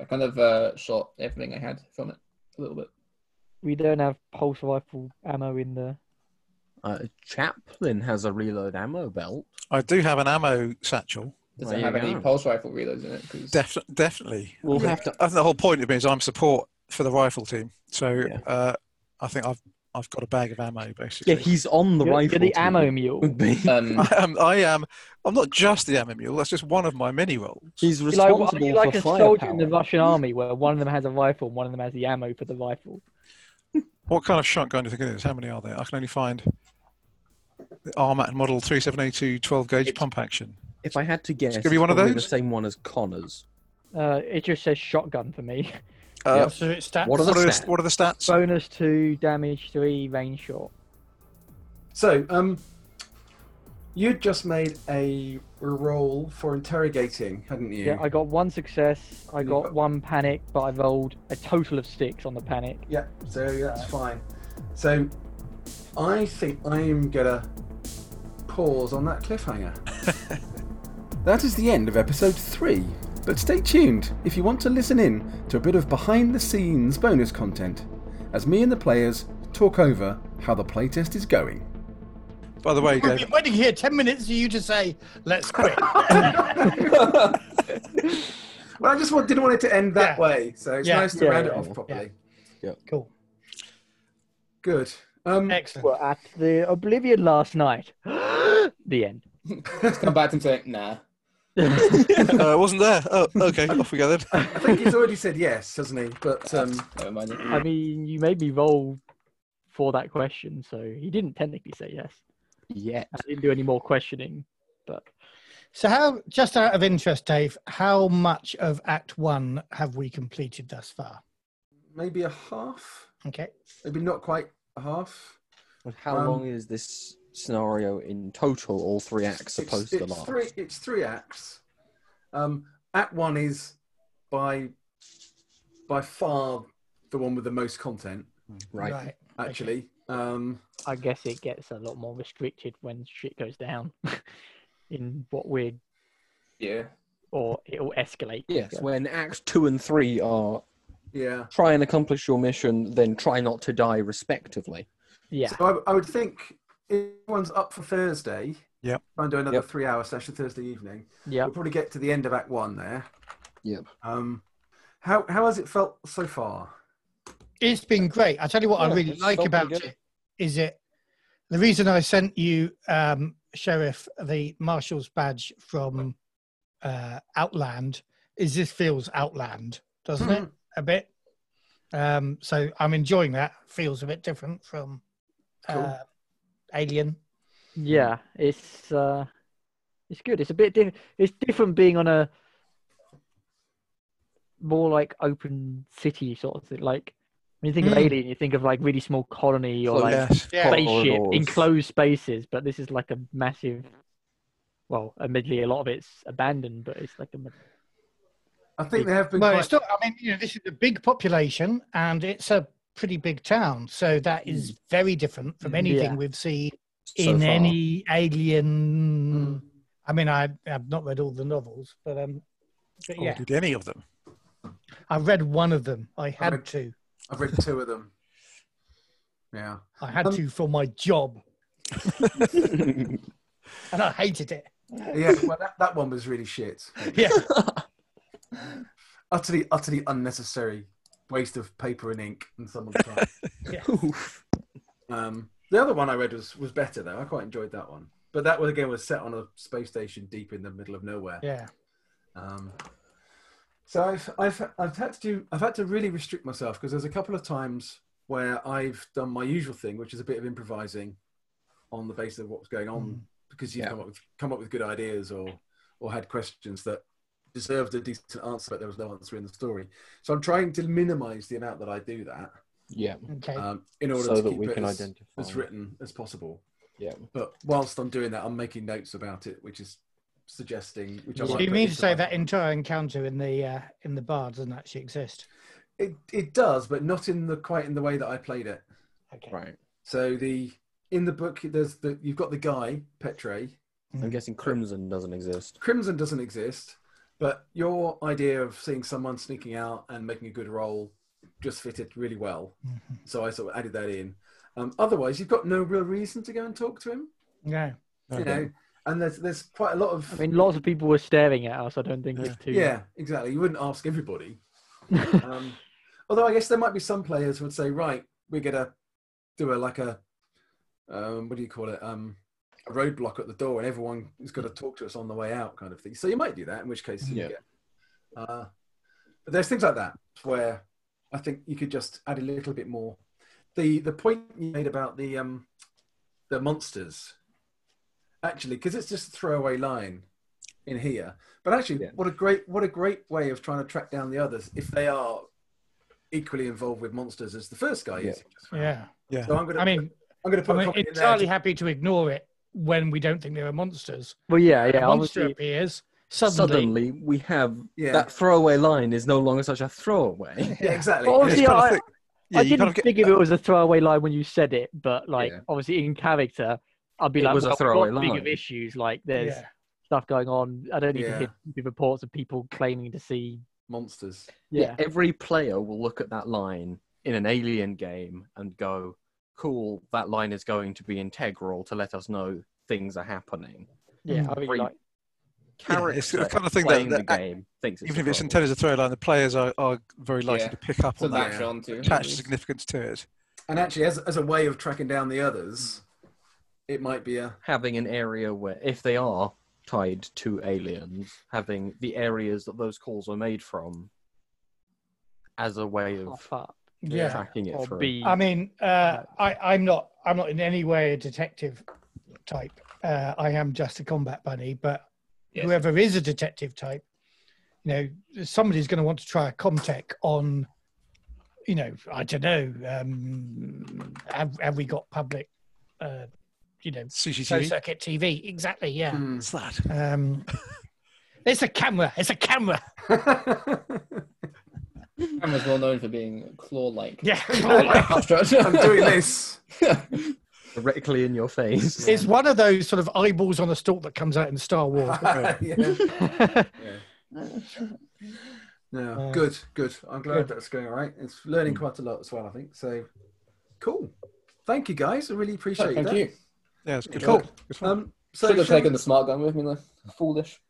Speaker 2: I kind of uh, shot everything I had from it a little bit.
Speaker 3: We don't have pulse rifle ammo in the.
Speaker 5: Uh, Chaplin has a reload ammo belt.
Speaker 6: I do have an ammo satchel.
Speaker 2: Does
Speaker 5: There
Speaker 2: it
Speaker 5: you
Speaker 2: have any
Speaker 5: go.
Speaker 2: pulse rifle reloads in it? 'Cause-
Speaker 6: Def- definitely.
Speaker 5: We'll have to.
Speaker 6: I think uh, the whole point of me is I'm support for the rifle team. So
Speaker 5: Yeah.
Speaker 6: uh, I think I've I've got a bag of ammo
Speaker 5: Yeah,
Speaker 6: basically.
Speaker 5: he's on the
Speaker 3: You're-
Speaker 5: rifle.
Speaker 3: you're the
Speaker 5: team. *laughs*
Speaker 3: ammo mule.
Speaker 5: Would be.
Speaker 2: *laughs* Um,
Speaker 6: *laughs* I am I am I'm not just the ammo mule, that's just one of my many roles.
Speaker 5: He's
Speaker 3: You're like,
Speaker 5: responsible
Speaker 3: are you like
Speaker 5: for
Speaker 3: a
Speaker 5: firepower.
Speaker 3: soldier in the Russian army where one of them has a rifle and one of them has the ammo for the rifle?
Speaker 6: What kind of shotgun do you think it is? How many are there? I can only find the Armat model 3782 12 gauge pump action.
Speaker 5: If I had to guess,
Speaker 6: gonna be
Speaker 5: it's
Speaker 6: one of
Speaker 5: probably
Speaker 6: those?
Speaker 5: The same one as Connor's.
Speaker 3: Uh, it just says shotgun for me. *laughs*
Speaker 6: Uh,
Speaker 4: Absolute stats.
Speaker 5: What are
Speaker 6: What
Speaker 5: the
Speaker 6: are, the,
Speaker 5: stats?
Speaker 6: what are the stats?
Speaker 3: Bonus two, damage three, range short.
Speaker 7: So, um,
Speaker 1: You'd just made a roll for interrogating, hadn't you?
Speaker 3: Yeah, I got one success. I
Speaker 1: You
Speaker 3: got
Speaker 1: got-
Speaker 3: one panic, but I rolled a total of six on the panic.
Speaker 1: Yeah, so that's fine. So I think I'm gonna pause on that cliffhanger. *laughs* that is the end of episode three. But stay tuned if you want to listen in to a bit of behind the scenes bonus content as me and the players talk over how the playtest is going.
Speaker 6: By the way,
Speaker 4: We've
Speaker 6: Dave,
Speaker 4: *laughs* been waiting here 10 minutes for you to say, let's
Speaker 5: *laughs*
Speaker 4: quit.
Speaker 1: *laughs* Well, I just want, didn't want it to end that
Speaker 4: Yeah.
Speaker 1: way, so it's
Speaker 4: Yeah.
Speaker 1: nice to
Speaker 3: Yeah,
Speaker 1: round
Speaker 3: yeah,
Speaker 1: it off
Speaker 5: yeah.
Speaker 1: properly.
Speaker 4: cool.
Speaker 1: Good. Um,
Speaker 4: Excellent.
Speaker 3: We're at the Oblivion last night. *gasps* the end.
Speaker 2: Come back and say, nah.
Speaker 6: uh, I wasn't there. Oh, okay, off we go then.
Speaker 1: I think he's already said yes, hasn't he? But um,
Speaker 2: Never mind.
Speaker 3: I mean, you made me roll for that question, so he didn't technically say yes.
Speaker 5: Yet.
Speaker 3: I didn't do any more questioning, but
Speaker 4: So, how, just out of interest, Dave, how much of Act One have we completed thus far?
Speaker 1: maybe a half,
Speaker 4: Okay.
Speaker 1: maybe not quite a half.
Speaker 5: But How
Speaker 1: Um,
Speaker 5: long is this scenario in total? All three acts
Speaker 1: It's-
Speaker 5: supposed
Speaker 1: it's,
Speaker 5: to last.
Speaker 1: Three, it's three acts. Um, act one is by by far the one with the most content,
Speaker 5: Right.
Speaker 1: actually. Um,
Speaker 3: I guess it gets a lot more restricted when shit goes down. *laughs* in what we're
Speaker 2: Yeah.
Speaker 3: or it'll escalate.
Speaker 5: Yes. When acts two and three are
Speaker 1: yeah.
Speaker 5: try and accomplish your mission, then try not to die, respectively.
Speaker 3: Yeah.
Speaker 1: So I, I would think if one's up for Thursday.
Speaker 6: Yep.
Speaker 1: Try and do another
Speaker 5: Yep.
Speaker 1: three-hour session Thursday evening.
Speaker 3: yeah.
Speaker 1: We'll probably get to the end of Act One there.
Speaker 5: Yep.
Speaker 1: Um, how how has it felt so far?
Speaker 4: It's been great. I tell you what I
Speaker 5: Yeah,
Speaker 4: really
Speaker 5: it's
Speaker 4: like
Speaker 5: felt
Speaker 4: about
Speaker 5: pretty good.
Speaker 4: it is it the reason I sent you um, Sheriff the Marshal's badge from uh, Outland is this feels Outland, doesn't
Speaker 5: Hmm.
Speaker 4: it? A bit. Um, so I'm enjoying that. Feels a bit different from
Speaker 1: Cool.
Speaker 4: uh, Alien.
Speaker 3: Yeah, it's uh, it's good. It's a bit different. It's different being on a more like open city sort of thing. Like when you think of
Speaker 4: Mm.
Speaker 3: Alien, you think of like really small colony or
Speaker 5: Close
Speaker 3: like
Speaker 6: yes.
Speaker 4: Yeah.
Speaker 3: spaceship,
Speaker 5: corridors.
Speaker 3: enclosed spaces. But this is like a massive. Well, admittedly, a lot of it's abandoned, but it's like a. ma-
Speaker 1: I think they have been.
Speaker 4: Well,
Speaker 1: quite-
Speaker 4: it's not, I mean, you know, this is a big population and it's a pretty big town. So that
Speaker 5: Hmm.
Speaker 4: is very different from
Speaker 1: Yeah.
Speaker 4: anything we've seen
Speaker 5: So
Speaker 4: in
Speaker 5: far. Hmm.
Speaker 4: any alien.
Speaker 1: Mm.
Speaker 4: I mean, I, I've not read all the novels, but, um,
Speaker 5: Oh,
Speaker 4: but
Speaker 6: Or
Speaker 4: yeah,
Speaker 6: did any of them?
Speaker 4: I read one of them. I
Speaker 1: read-
Speaker 4: had to.
Speaker 1: I've read two of them.
Speaker 4: *laughs*
Speaker 1: Yeah.
Speaker 4: I had
Speaker 1: Um,
Speaker 4: to for my job and I hated it. *laughs*
Speaker 1: Yeah, well, that, that one was really shit.
Speaker 4: Yeah.
Speaker 1: Utterly, utterly unnecessary waste of paper and ink and someone's time.
Speaker 5: Oof.
Speaker 1: Um, the other one I read was, was better, though. I quite enjoyed that one. But that one, again, was set on a space station deep in the middle of nowhere.
Speaker 4: Yeah.
Speaker 1: Um, so I've, I've, I've had to do, I've had to really restrict myself because there's a couple of times where I've done my usual thing, which is a bit of improvising on the basis of what was going on because you
Speaker 5: Mm. Yeah.
Speaker 1: have come up with, come up with good ideas or, or had questions that deserved a decent answer, but there was no answer in the story. So I'm trying to minimize the amount that I do that
Speaker 5: *laughs* yeah.
Speaker 4: Okay.
Speaker 1: um, in order
Speaker 5: So
Speaker 1: to
Speaker 5: that
Speaker 1: keep
Speaker 5: we
Speaker 1: it
Speaker 5: can
Speaker 1: as,
Speaker 5: identify.
Speaker 1: as written as possible.
Speaker 5: Yeah.
Speaker 1: But whilst I'm doing that, I'm making notes about it, which is suggesting, which I
Speaker 4: so
Speaker 1: might
Speaker 4: you
Speaker 1: put
Speaker 4: mean to
Speaker 1: into
Speaker 4: say
Speaker 1: my-
Speaker 4: that entire encounter in the uh, in the bar doesn't actually exist?
Speaker 1: It it does, but not in the quite in the way that I played it.
Speaker 4: Okay.
Speaker 5: Right.
Speaker 1: So the in the book, there's the you've got the guy Petre.
Speaker 5: I'm guessing Crimson doesn't exist.
Speaker 1: Crimson doesn't exist, but your idea of seeing someone sneaking out and making a good roll just fitted really well.
Speaker 4: Mhm.
Speaker 1: So I sort of added that in. Um, otherwise, you've got no real reason to go and talk to him,
Speaker 4: No.
Speaker 1: you know. And there's there's quite a lot of
Speaker 3: I mean, lots of people were staring at us. I don't think it's too.
Speaker 1: yeah, exactly. You wouldn't ask everybody. um, although I guess there might be some players who would say, right, we're gonna do a like a um, what do you call it? Um, a roadblock at the door, and everyone is going to talk to us on the way out, kind of thing. So you might do that, in which case, you
Speaker 5: Yeah.
Speaker 1: get. Uh, but there's things like that where I think you could just add a little bit more. The the point you made about the um, the monsters, actually, because it's just a throwaway line in here. But actually,
Speaker 5: Yeah.
Speaker 1: what a great what a great way of trying to track down the others if they are equally involved with monsters as the first guy is.
Speaker 4: Yeah.
Speaker 1: So I'm gonna.
Speaker 4: I mean,
Speaker 1: I'm gonna put
Speaker 4: I'm
Speaker 1: a copy in there.
Speaker 4: entirely happy to ignore it when we don't think they were monsters.
Speaker 3: Well,
Speaker 1: Uh,
Speaker 3: yeah,
Speaker 4: The
Speaker 3: yeah.
Speaker 4: monster
Speaker 3: Obviously,
Speaker 4: appears suddenly.
Speaker 5: Suddenly, we have
Speaker 1: Yeah.
Speaker 5: that throwaway line is no longer such
Speaker 6: *laughs*
Speaker 5: a throwaway.
Speaker 1: Yeah, exactly.
Speaker 3: Well,
Speaker 6: It's
Speaker 3: obviously,
Speaker 6: kind of
Speaker 3: I-
Speaker 6: thing- yeah,
Speaker 3: I
Speaker 6: you
Speaker 3: didn't
Speaker 6: kind of get
Speaker 3: think if it was a throwaway line when you said it, but like
Speaker 1: Yeah.
Speaker 3: obviously in character, I'd be
Speaker 5: It
Speaker 3: like,
Speaker 5: was a
Speaker 3: well,
Speaker 5: throwaway
Speaker 3: we've got
Speaker 5: line.
Speaker 3: big of issues. Like there's
Speaker 4: Yeah.
Speaker 3: stuff going on. I don't even
Speaker 1: Yeah.
Speaker 3: hear the reports of people claiming to see.
Speaker 8: Monsters.
Speaker 3: Yeah,
Speaker 5: Every player will look at that line in an alien game and go, cool, that line is going to be integral to let us know things are happening.
Speaker 3: yeah. I
Speaker 5: Every
Speaker 3: mean, like,
Speaker 6: Yeah, it's the
Speaker 5: character
Speaker 6: kind of thing that-
Speaker 5: playing
Speaker 6: that
Speaker 5: the
Speaker 6: act-
Speaker 5: game thinks it's
Speaker 6: even
Speaker 5: a
Speaker 6: if it's
Speaker 5: throwaway.
Speaker 6: intended as a throw line, the players are, are very likely
Speaker 2: Yeah.
Speaker 6: to pick up
Speaker 2: So
Speaker 6: on that,
Speaker 2: latch on to.
Speaker 6: attach significance to it.
Speaker 1: And actually, as, as a way of tracking down the others, it might be a.
Speaker 5: having an area where if they are tied to aliens having the areas that those calls are made from as a way of
Speaker 6: Oh,
Speaker 3: half up
Speaker 4: yeah.
Speaker 5: tracking it
Speaker 3: or
Speaker 5: through
Speaker 3: B.
Speaker 4: I mean, uh, I, I'm not. I'm not in any way a detective type. Uh, I am just a combat bunny. But
Speaker 2: Yes.
Speaker 4: whoever is a detective type, you know, somebody's going to want to try a comtech on. You know, I don't know. Um, have, have we got public? Uh, you know, closed
Speaker 6: CCTV.
Speaker 4: circuit TV. Exactly. Yeah.
Speaker 1: Hmm. *laughs*
Speaker 6: What's that?
Speaker 4: Um, it's a camera. It's a camera.
Speaker 1: I'm
Speaker 2: Cameron's well known for being claw-like. *laughs*
Speaker 4: Yeah. *laughs*
Speaker 2: Claw-like construct.
Speaker 1: doing this.
Speaker 5: directly in your face
Speaker 4: It's one of those sort of eyeballs on a stalk that comes out in
Speaker 1: *laughs*
Speaker 4: Star Wars.
Speaker 1: yeah.
Speaker 3: I
Speaker 1: No,
Speaker 4: Uh,
Speaker 1: good, good. I'm glad
Speaker 4: good.
Speaker 1: that's going all right. It's learning quite a lot as well, I think. So, cool. Thank you, guys. I really appreciate
Speaker 2: *laughs* Thank
Speaker 1: that.
Speaker 2: you.
Speaker 6: Yeah, it's good.
Speaker 1: Cool.
Speaker 6: fun. Good fun.
Speaker 1: Um, so,
Speaker 2: Should have
Speaker 1: shall we-
Speaker 2: taken the smart gun with me. Like, foolish.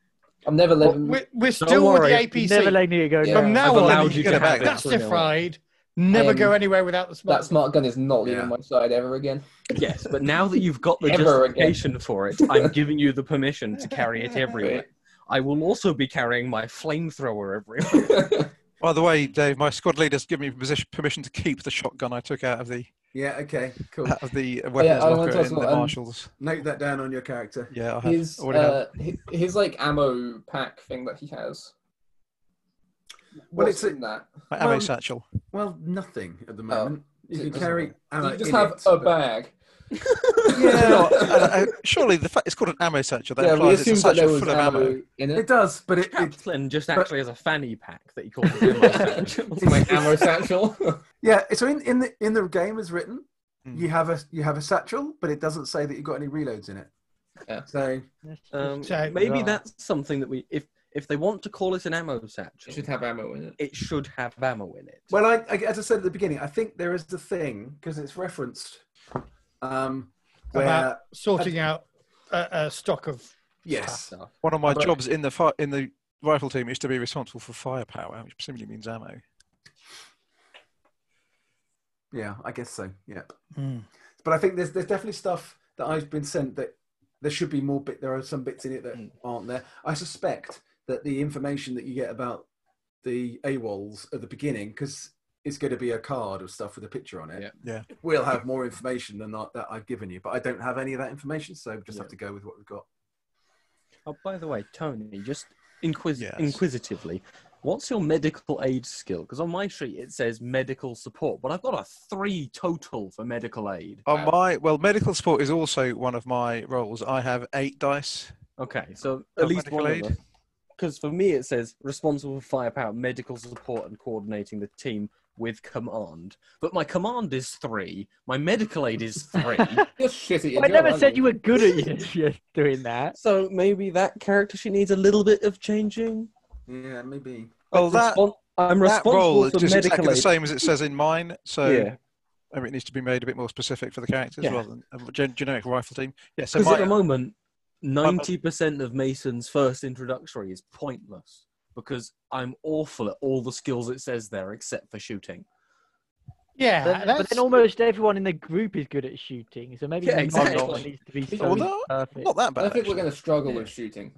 Speaker 2: I'm never letting.
Speaker 4: We're, we're
Speaker 5: Don't
Speaker 4: still with
Speaker 5: worry,
Speaker 4: the APC.
Speaker 5: it's
Speaker 3: never letting it go.
Speaker 2: Yeah.
Speaker 4: From
Speaker 3: down.
Speaker 4: now
Speaker 5: I've allowed
Speaker 4: on,
Speaker 6: you
Speaker 5: you
Speaker 6: get
Speaker 5: to
Speaker 6: it back
Speaker 5: have
Speaker 4: that's
Speaker 5: that
Speaker 4: defied. Never
Speaker 2: Um,
Speaker 4: go anywhere without the smart.
Speaker 2: that smart gun is not leaving
Speaker 1: Yeah.
Speaker 2: my side ever again. *laughs*
Speaker 5: yes but now that you've got the
Speaker 2: Ever again.
Speaker 5: justification for it i'm giving you the permission to carry it everywhere i will also be carrying my flamethrower everywhere
Speaker 6: By the way, Dave, my squad leader's given me position, permission to keep the shotgun I took out of the
Speaker 1: Yeah, okay,
Speaker 2: *laughs*
Speaker 1: cool.
Speaker 6: out of the weapons
Speaker 2: I wanted to
Speaker 6: locker
Speaker 2: ask
Speaker 6: in the
Speaker 2: about, um,
Speaker 6: marshals.
Speaker 1: Note that down on your character.
Speaker 6: Yeah, I have.
Speaker 2: His
Speaker 6: already have.
Speaker 2: uh, his, his like ammo pack thing that he has.
Speaker 1: Well,
Speaker 2: What's
Speaker 1: it's a-
Speaker 2: in that.
Speaker 6: My ammo
Speaker 1: um,
Speaker 6: satchel.
Speaker 1: Well, nothing at the moment. you can carry. ammo
Speaker 2: you Oh, just
Speaker 1: in
Speaker 2: have
Speaker 1: it,
Speaker 2: a
Speaker 1: but-
Speaker 2: bag. *laughs*
Speaker 6: You know,
Speaker 1: *laughs* Yeah,
Speaker 6: and, uh, surely the fact it's called an ammo satchel that
Speaker 2: yeah, we
Speaker 6: implies it's a
Speaker 2: assumed that there
Speaker 6: satchel
Speaker 2: was
Speaker 6: full of
Speaker 2: ammo,
Speaker 6: ammo.
Speaker 2: in
Speaker 1: it
Speaker 2: it.
Speaker 1: does, but it,
Speaker 2: *laughs*
Speaker 1: it
Speaker 5: Caitlin just actually has a fanny pack that he calls a ammo satchel.
Speaker 2: It's my
Speaker 1: *laughs*
Speaker 2: ammo satchel.
Speaker 1: yeah. So in, in the in the game as written,
Speaker 6: Hmm.
Speaker 1: you have a you have a satchel, but it doesn't say that you've got any reloads in it.
Speaker 2: Yeah.
Speaker 1: So
Speaker 5: Um,
Speaker 4: So-
Speaker 5: maybe
Speaker 4: Right.
Speaker 5: that's something that we, if if they want to call it an ammo satchel,
Speaker 2: it should have ammo in it.
Speaker 5: it should have ammo in it.
Speaker 1: Well, I, I, as I said at the beginning, I think there is the thing because it's referenced. Um, where
Speaker 4: About- Sorting out a, a stock of.
Speaker 1: yes,
Speaker 6: One of my
Speaker 1: But-
Speaker 6: jobs in the fi- in the rifle team is to be responsible for firepower, which presumably means ammo.
Speaker 1: yeah, I guess so. Yeah, but I think there's there's definitely stuff that I've been sent that there should be more. Bit there are some bits in it that aren't there. I suspect that the information that you get about the AWOLs at the beginning because it's going to be a card of stuff with a picture on it.
Speaker 5: Yeah.
Speaker 6: Yeah.
Speaker 1: We'll have more information than that, that I've given you, but I don't have any of that information, so just have
Speaker 5: Yeah.
Speaker 1: to go with what we've got.
Speaker 5: Oh, by the way, Tony, just inquis-
Speaker 6: Yes.
Speaker 5: inquisitively, what's your medical aid skill? Because on my sheet it says medical support, but I've got a three total for medical aid.
Speaker 6: On my well, medical support is also one of my roles. I have eight dice.
Speaker 5: Okay, so
Speaker 6: Oh,
Speaker 5: at least
Speaker 6: medical
Speaker 5: one
Speaker 6: aid?
Speaker 5: Because for me it says responsible for firepower, medical support, and coordinating the team with command. But my command is three. My medical aid
Speaker 6: *laughs*
Speaker 5: is three.
Speaker 2: You're shitty.
Speaker 3: I never said you were good at *laughs* you doing that.
Speaker 5: So maybe that character she needs a little bit of changing.
Speaker 1: Yeah, maybe.
Speaker 6: Well, that
Speaker 5: Respon- I'm
Speaker 6: that
Speaker 5: responsible
Speaker 6: role is
Speaker 5: for
Speaker 6: just exactly
Speaker 5: medical
Speaker 6: the
Speaker 5: aid.
Speaker 6: same as it says in mine. So
Speaker 5: yeah,
Speaker 6: I mean, it needs to be made a bit more specific for the characters
Speaker 5: Yeah.
Speaker 6: rather than a gen- generic rifle team. Yeah, so
Speaker 5: because at
Speaker 6: my,
Speaker 5: the moment, ninety percent of Mason's first introductory is pointless because I'm awful at all the skills it says there except for shooting.
Speaker 4: Yeah,
Speaker 3: Then-
Speaker 4: that's,
Speaker 3: but then almost everyone in the group is good at shooting, so maybe
Speaker 5: Yeah,
Speaker 3: the model
Speaker 5: exactly.
Speaker 3: needs to be
Speaker 2: Well,
Speaker 3: so
Speaker 6: Oh, no,
Speaker 3: perfect.
Speaker 6: not that
Speaker 2: I don't
Speaker 6: bad.
Speaker 2: think we're
Speaker 6: actually.
Speaker 2: going to struggle with shooting.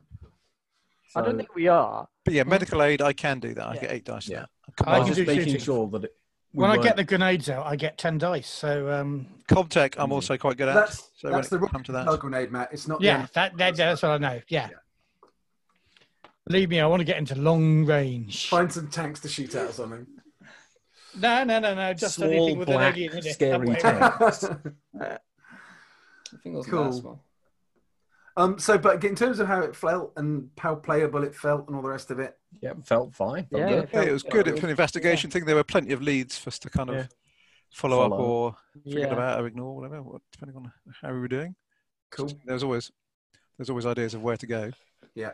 Speaker 3: I don't
Speaker 5: So
Speaker 3: think we are.
Speaker 6: But yeah, medical aid, I can do that. I
Speaker 3: Yeah.
Speaker 6: get eight dice.
Speaker 5: Yeah.
Speaker 6: Yeah.
Speaker 4: I
Speaker 5: I
Speaker 4: can
Speaker 6: Command.
Speaker 5: was
Speaker 4: do
Speaker 5: just making
Speaker 4: shooting.
Speaker 5: sure that it, we
Speaker 4: when I
Speaker 5: weren't-
Speaker 4: get the grenades out, I get ten dice. So um,
Speaker 6: Comtech, I'm also quite good at.
Speaker 1: That's-
Speaker 6: so
Speaker 1: that's
Speaker 6: when
Speaker 1: the
Speaker 6: it comes to that,
Speaker 1: Blood grenade, Matt. It's not. the
Speaker 4: yeah,
Speaker 1: end.
Speaker 4: that, that that's what I know. Yeah. Believe me, I want to get into long range.
Speaker 1: Find some tanks to shoot at or something.
Speaker 4: No, no, no, no. Just
Speaker 5: Small,
Speaker 4: anything with
Speaker 5: black,
Speaker 4: an alien in it.
Speaker 5: scary
Speaker 4: That way.
Speaker 5: tank.
Speaker 2: I think it was
Speaker 1: Cool.
Speaker 2: cool.
Speaker 1: *laughs* Um, so, but in terms of how it felt and how playable it felt and all the rest of it,
Speaker 5: Yeah, felt fine.
Speaker 3: Yeah,
Speaker 5: Felt
Speaker 3: it
Speaker 5: good.
Speaker 6: Yeah,
Speaker 3: felt-
Speaker 6: it was good. It was an investigation thing. There were plenty of leads for us to kind of
Speaker 5: Yeah.
Speaker 6: follow, up
Speaker 5: Follow.
Speaker 6: or forget
Speaker 3: yeah.
Speaker 6: about or ignore, whatever, what- depending on how we were doing.
Speaker 1: cool.
Speaker 6: There's always there's always ideas of where to go.
Speaker 3: Yeah,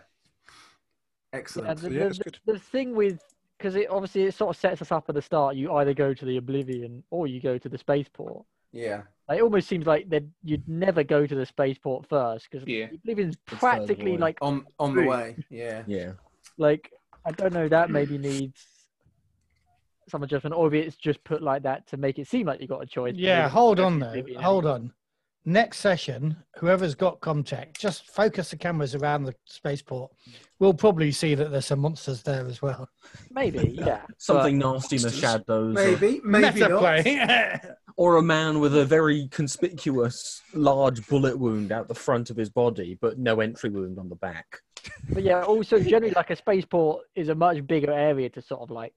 Speaker 1: Excellent.
Speaker 3: the,
Speaker 6: yeah,
Speaker 3: the-
Speaker 6: it's
Speaker 3: the-
Speaker 6: good.
Speaker 3: the thing with because it obviously it sort of sets us up at the start. You either go to the Oblivion or you go to the spaceport.
Speaker 1: Yeah.
Speaker 3: Like, it almost seems like that you'd never go to the spaceport first because
Speaker 2: Yeah.
Speaker 3: Oblivion's
Speaker 5: further
Speaker 3: practically
Speaker 5: away.
Speaker 3: like
Speaker 1: On on the way. Yeah.
Speaker 5: Yeah.
Speaker 3: like I don't know that maybe needs some adjustment, or maybe it's just put like that to make it seem like you got a choice. but
Speaker 4: Yeah,
Speaker 3: maybe
Speaker 4: hold
Speaker 3: it's
Speaker 4: on though.
Speaker 5: E.
Speaker 3: Oblivion
Speaker 4: Hold
Speaker 3: anyway.
Speaker 4: on. Next session, whoever's got Comtech, just focus the cameras around the spaceport. We'll probably see that there's some monsters there as well.
Speaker 3: Maybe yeah.
Speaker 5: *laughs* Something nasty in the shadows. or-
Speaker 1: Maybe. Maybe
Speaker 4: Meta
Speaker 1: not.
Speaker 4: play.
Speaker 1: *laughs*
Speaker 5: or a man with a very conspicuous large bullet wound out the front of his body, but no entry wound on the back.
Speaker 3: But, but yeah, also generally like a spaceport is a much bigger area to sort of like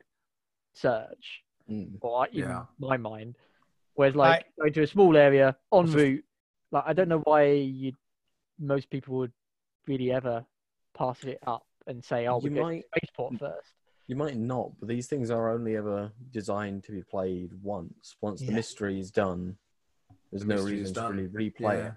Speaker 3: search,
Speaker 5: Hmm.
Speaker 3: or in
Speaker 1: Yeah.
Speaker 3: my mind. Whereas like going to a small area en
Speaker 6: Also-
Speaker 3: route, like I don't know why you most people would really ever pass it up and say, "Oh, we
Speaker 5: You
Speaker 3: go to
Speaker 5: might-
Speaker 3: the spaceport first.
Speaker 5: You might not, but these things are only ever designed to be played once. Once the
Speaker 4: Yeah.
Speaker 5: mystery is done, there's
Speaker 1: The
Speaker 5: no
Speaker 1: mystery is
Speaker 5: reason to
Speaker 1: done.
Speaker 5: really replay it.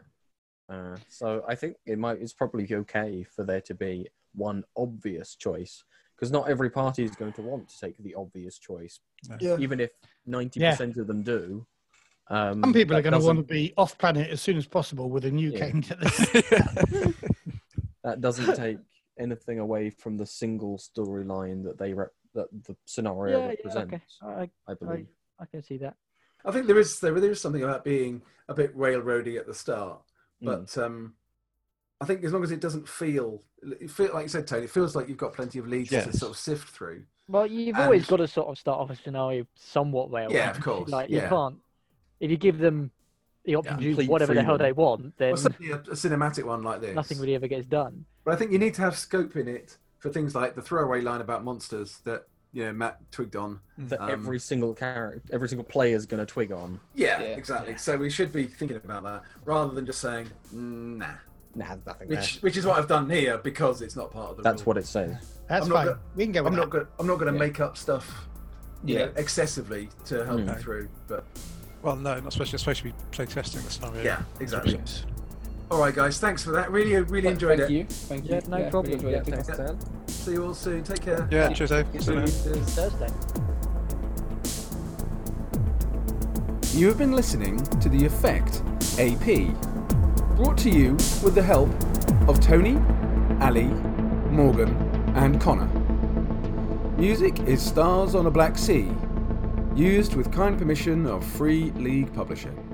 Speaker 5: Uh, so I think it might. It's probably okay for there to be one obvious choice because not every party is going to want to take the obvious choice,
Speaker 1: Yeah.
Speaker 5: even if ninety percent of them do. Um,
Speaker 4: Some people are
Speaker 5: that
Speaker 4: going to want to
Speaker 5: doesn't-
Speaker 4: be off planet as soon as possible with a new
Speaker 5: Yeah.
Speaker 4: game to
Speaker 5: *laughs*
Speaker 4: this. *laughs*
Speaker 5: that doesn't take anything away from the single storyline that they rep- that the scenario
Speaker 3: Yeah, yeah,
Speaker 5: represents.
Speaker 3: okay, I,
Speaker 5: I believe.
Speaker 3: I can see that.
Speaker 1: I think there is there, there is something about being a bit railroady at the start,
Speaker 5: Mm.
Speaker 1: but um, I think as long as it doesn't feel, it feel like you said, Tony, it feels like you've got plenty of leads to
Speaker 6: Yes.
Speaker 1: sort of sift through.
Speaker 3: Well, you've
Speaker 1: And-
Speaker 3: always got to sort of start off a scenario somewhat railroaded.
Speaker 1: Yeah, of course,
Speaker 3: Like you
Speaker 1: yeah.
Speaker 3: can't if you give them the option to do
Speaker 5: Complete
Speaker 3: whatever the hell
Speaker 5: freedom.
Speaker 3: they want, then
Speaker 1: Well, certainly a, a cinematic one like this.
Speaker 3: nothing really ever gets done.
Speaker 1: But I think you need to have scope in it for things like the throwaway line about monsters that you know Matt twigged on.
Speaker 5: that
Speaker 1: Um,
Speaker 5: every single character, every single player is going to twig on.
Speaker 1: Yeah,
Speaker 2: Yeah.
Speaker 1: exactly. So we should be thinking about that rather than just saying nah,
Speaker 5: Nah, nothing.
Speaker 1: which which is what I've done here because it's not part of the.
Speaker 5: That's
Speaker 1: rule.
Speaker 5: what it says.
Speaker 4: That's
Speaker 1: I'm not
Speaker 4: fine.
Speaker 1: gonna-
Speaker 4: we can go with
Speaker 1: I'm
Speaker 4: that.
Speaker 1: not. Gonna, I'm not going to
Speaker 5: Yeah.
Speaker 1: make up stuff. you
Speaker 2: Yeah.
Speaker 1: know, excessively to help you
Speaker 6: Mm.
Speaker 1: through. But
Speaker 6: *laughs* Well, no, not supposed. You're supposed to be playtesting the scenario.
Speaker 1: yeah, exactly. All right, guys, thanks for that. Really, really enjoyed
Speaker 2: Thank
Speaker 1: it.
Speaker 2: you. Thank you.
Speaker 3: Yeah, no
Speaker 2: really
Speaker 3: problem.
Speaker 2: enjoyed it.
Speaker 3: Yeah,
Speaker 2: Thanks, Dan.
Speaker 1: See you all soon. Take care.
Speaker 6: Yeah. Cheers. eh? See you later.
Speaker 3: It's Thursday.
Speaker 9: You have been listening to The Effect AP, brought to you with the help of Tony, Ali, Morgan, and Connor. Music is Stars on a Black Sea, used with kind permission of Free League Publishing.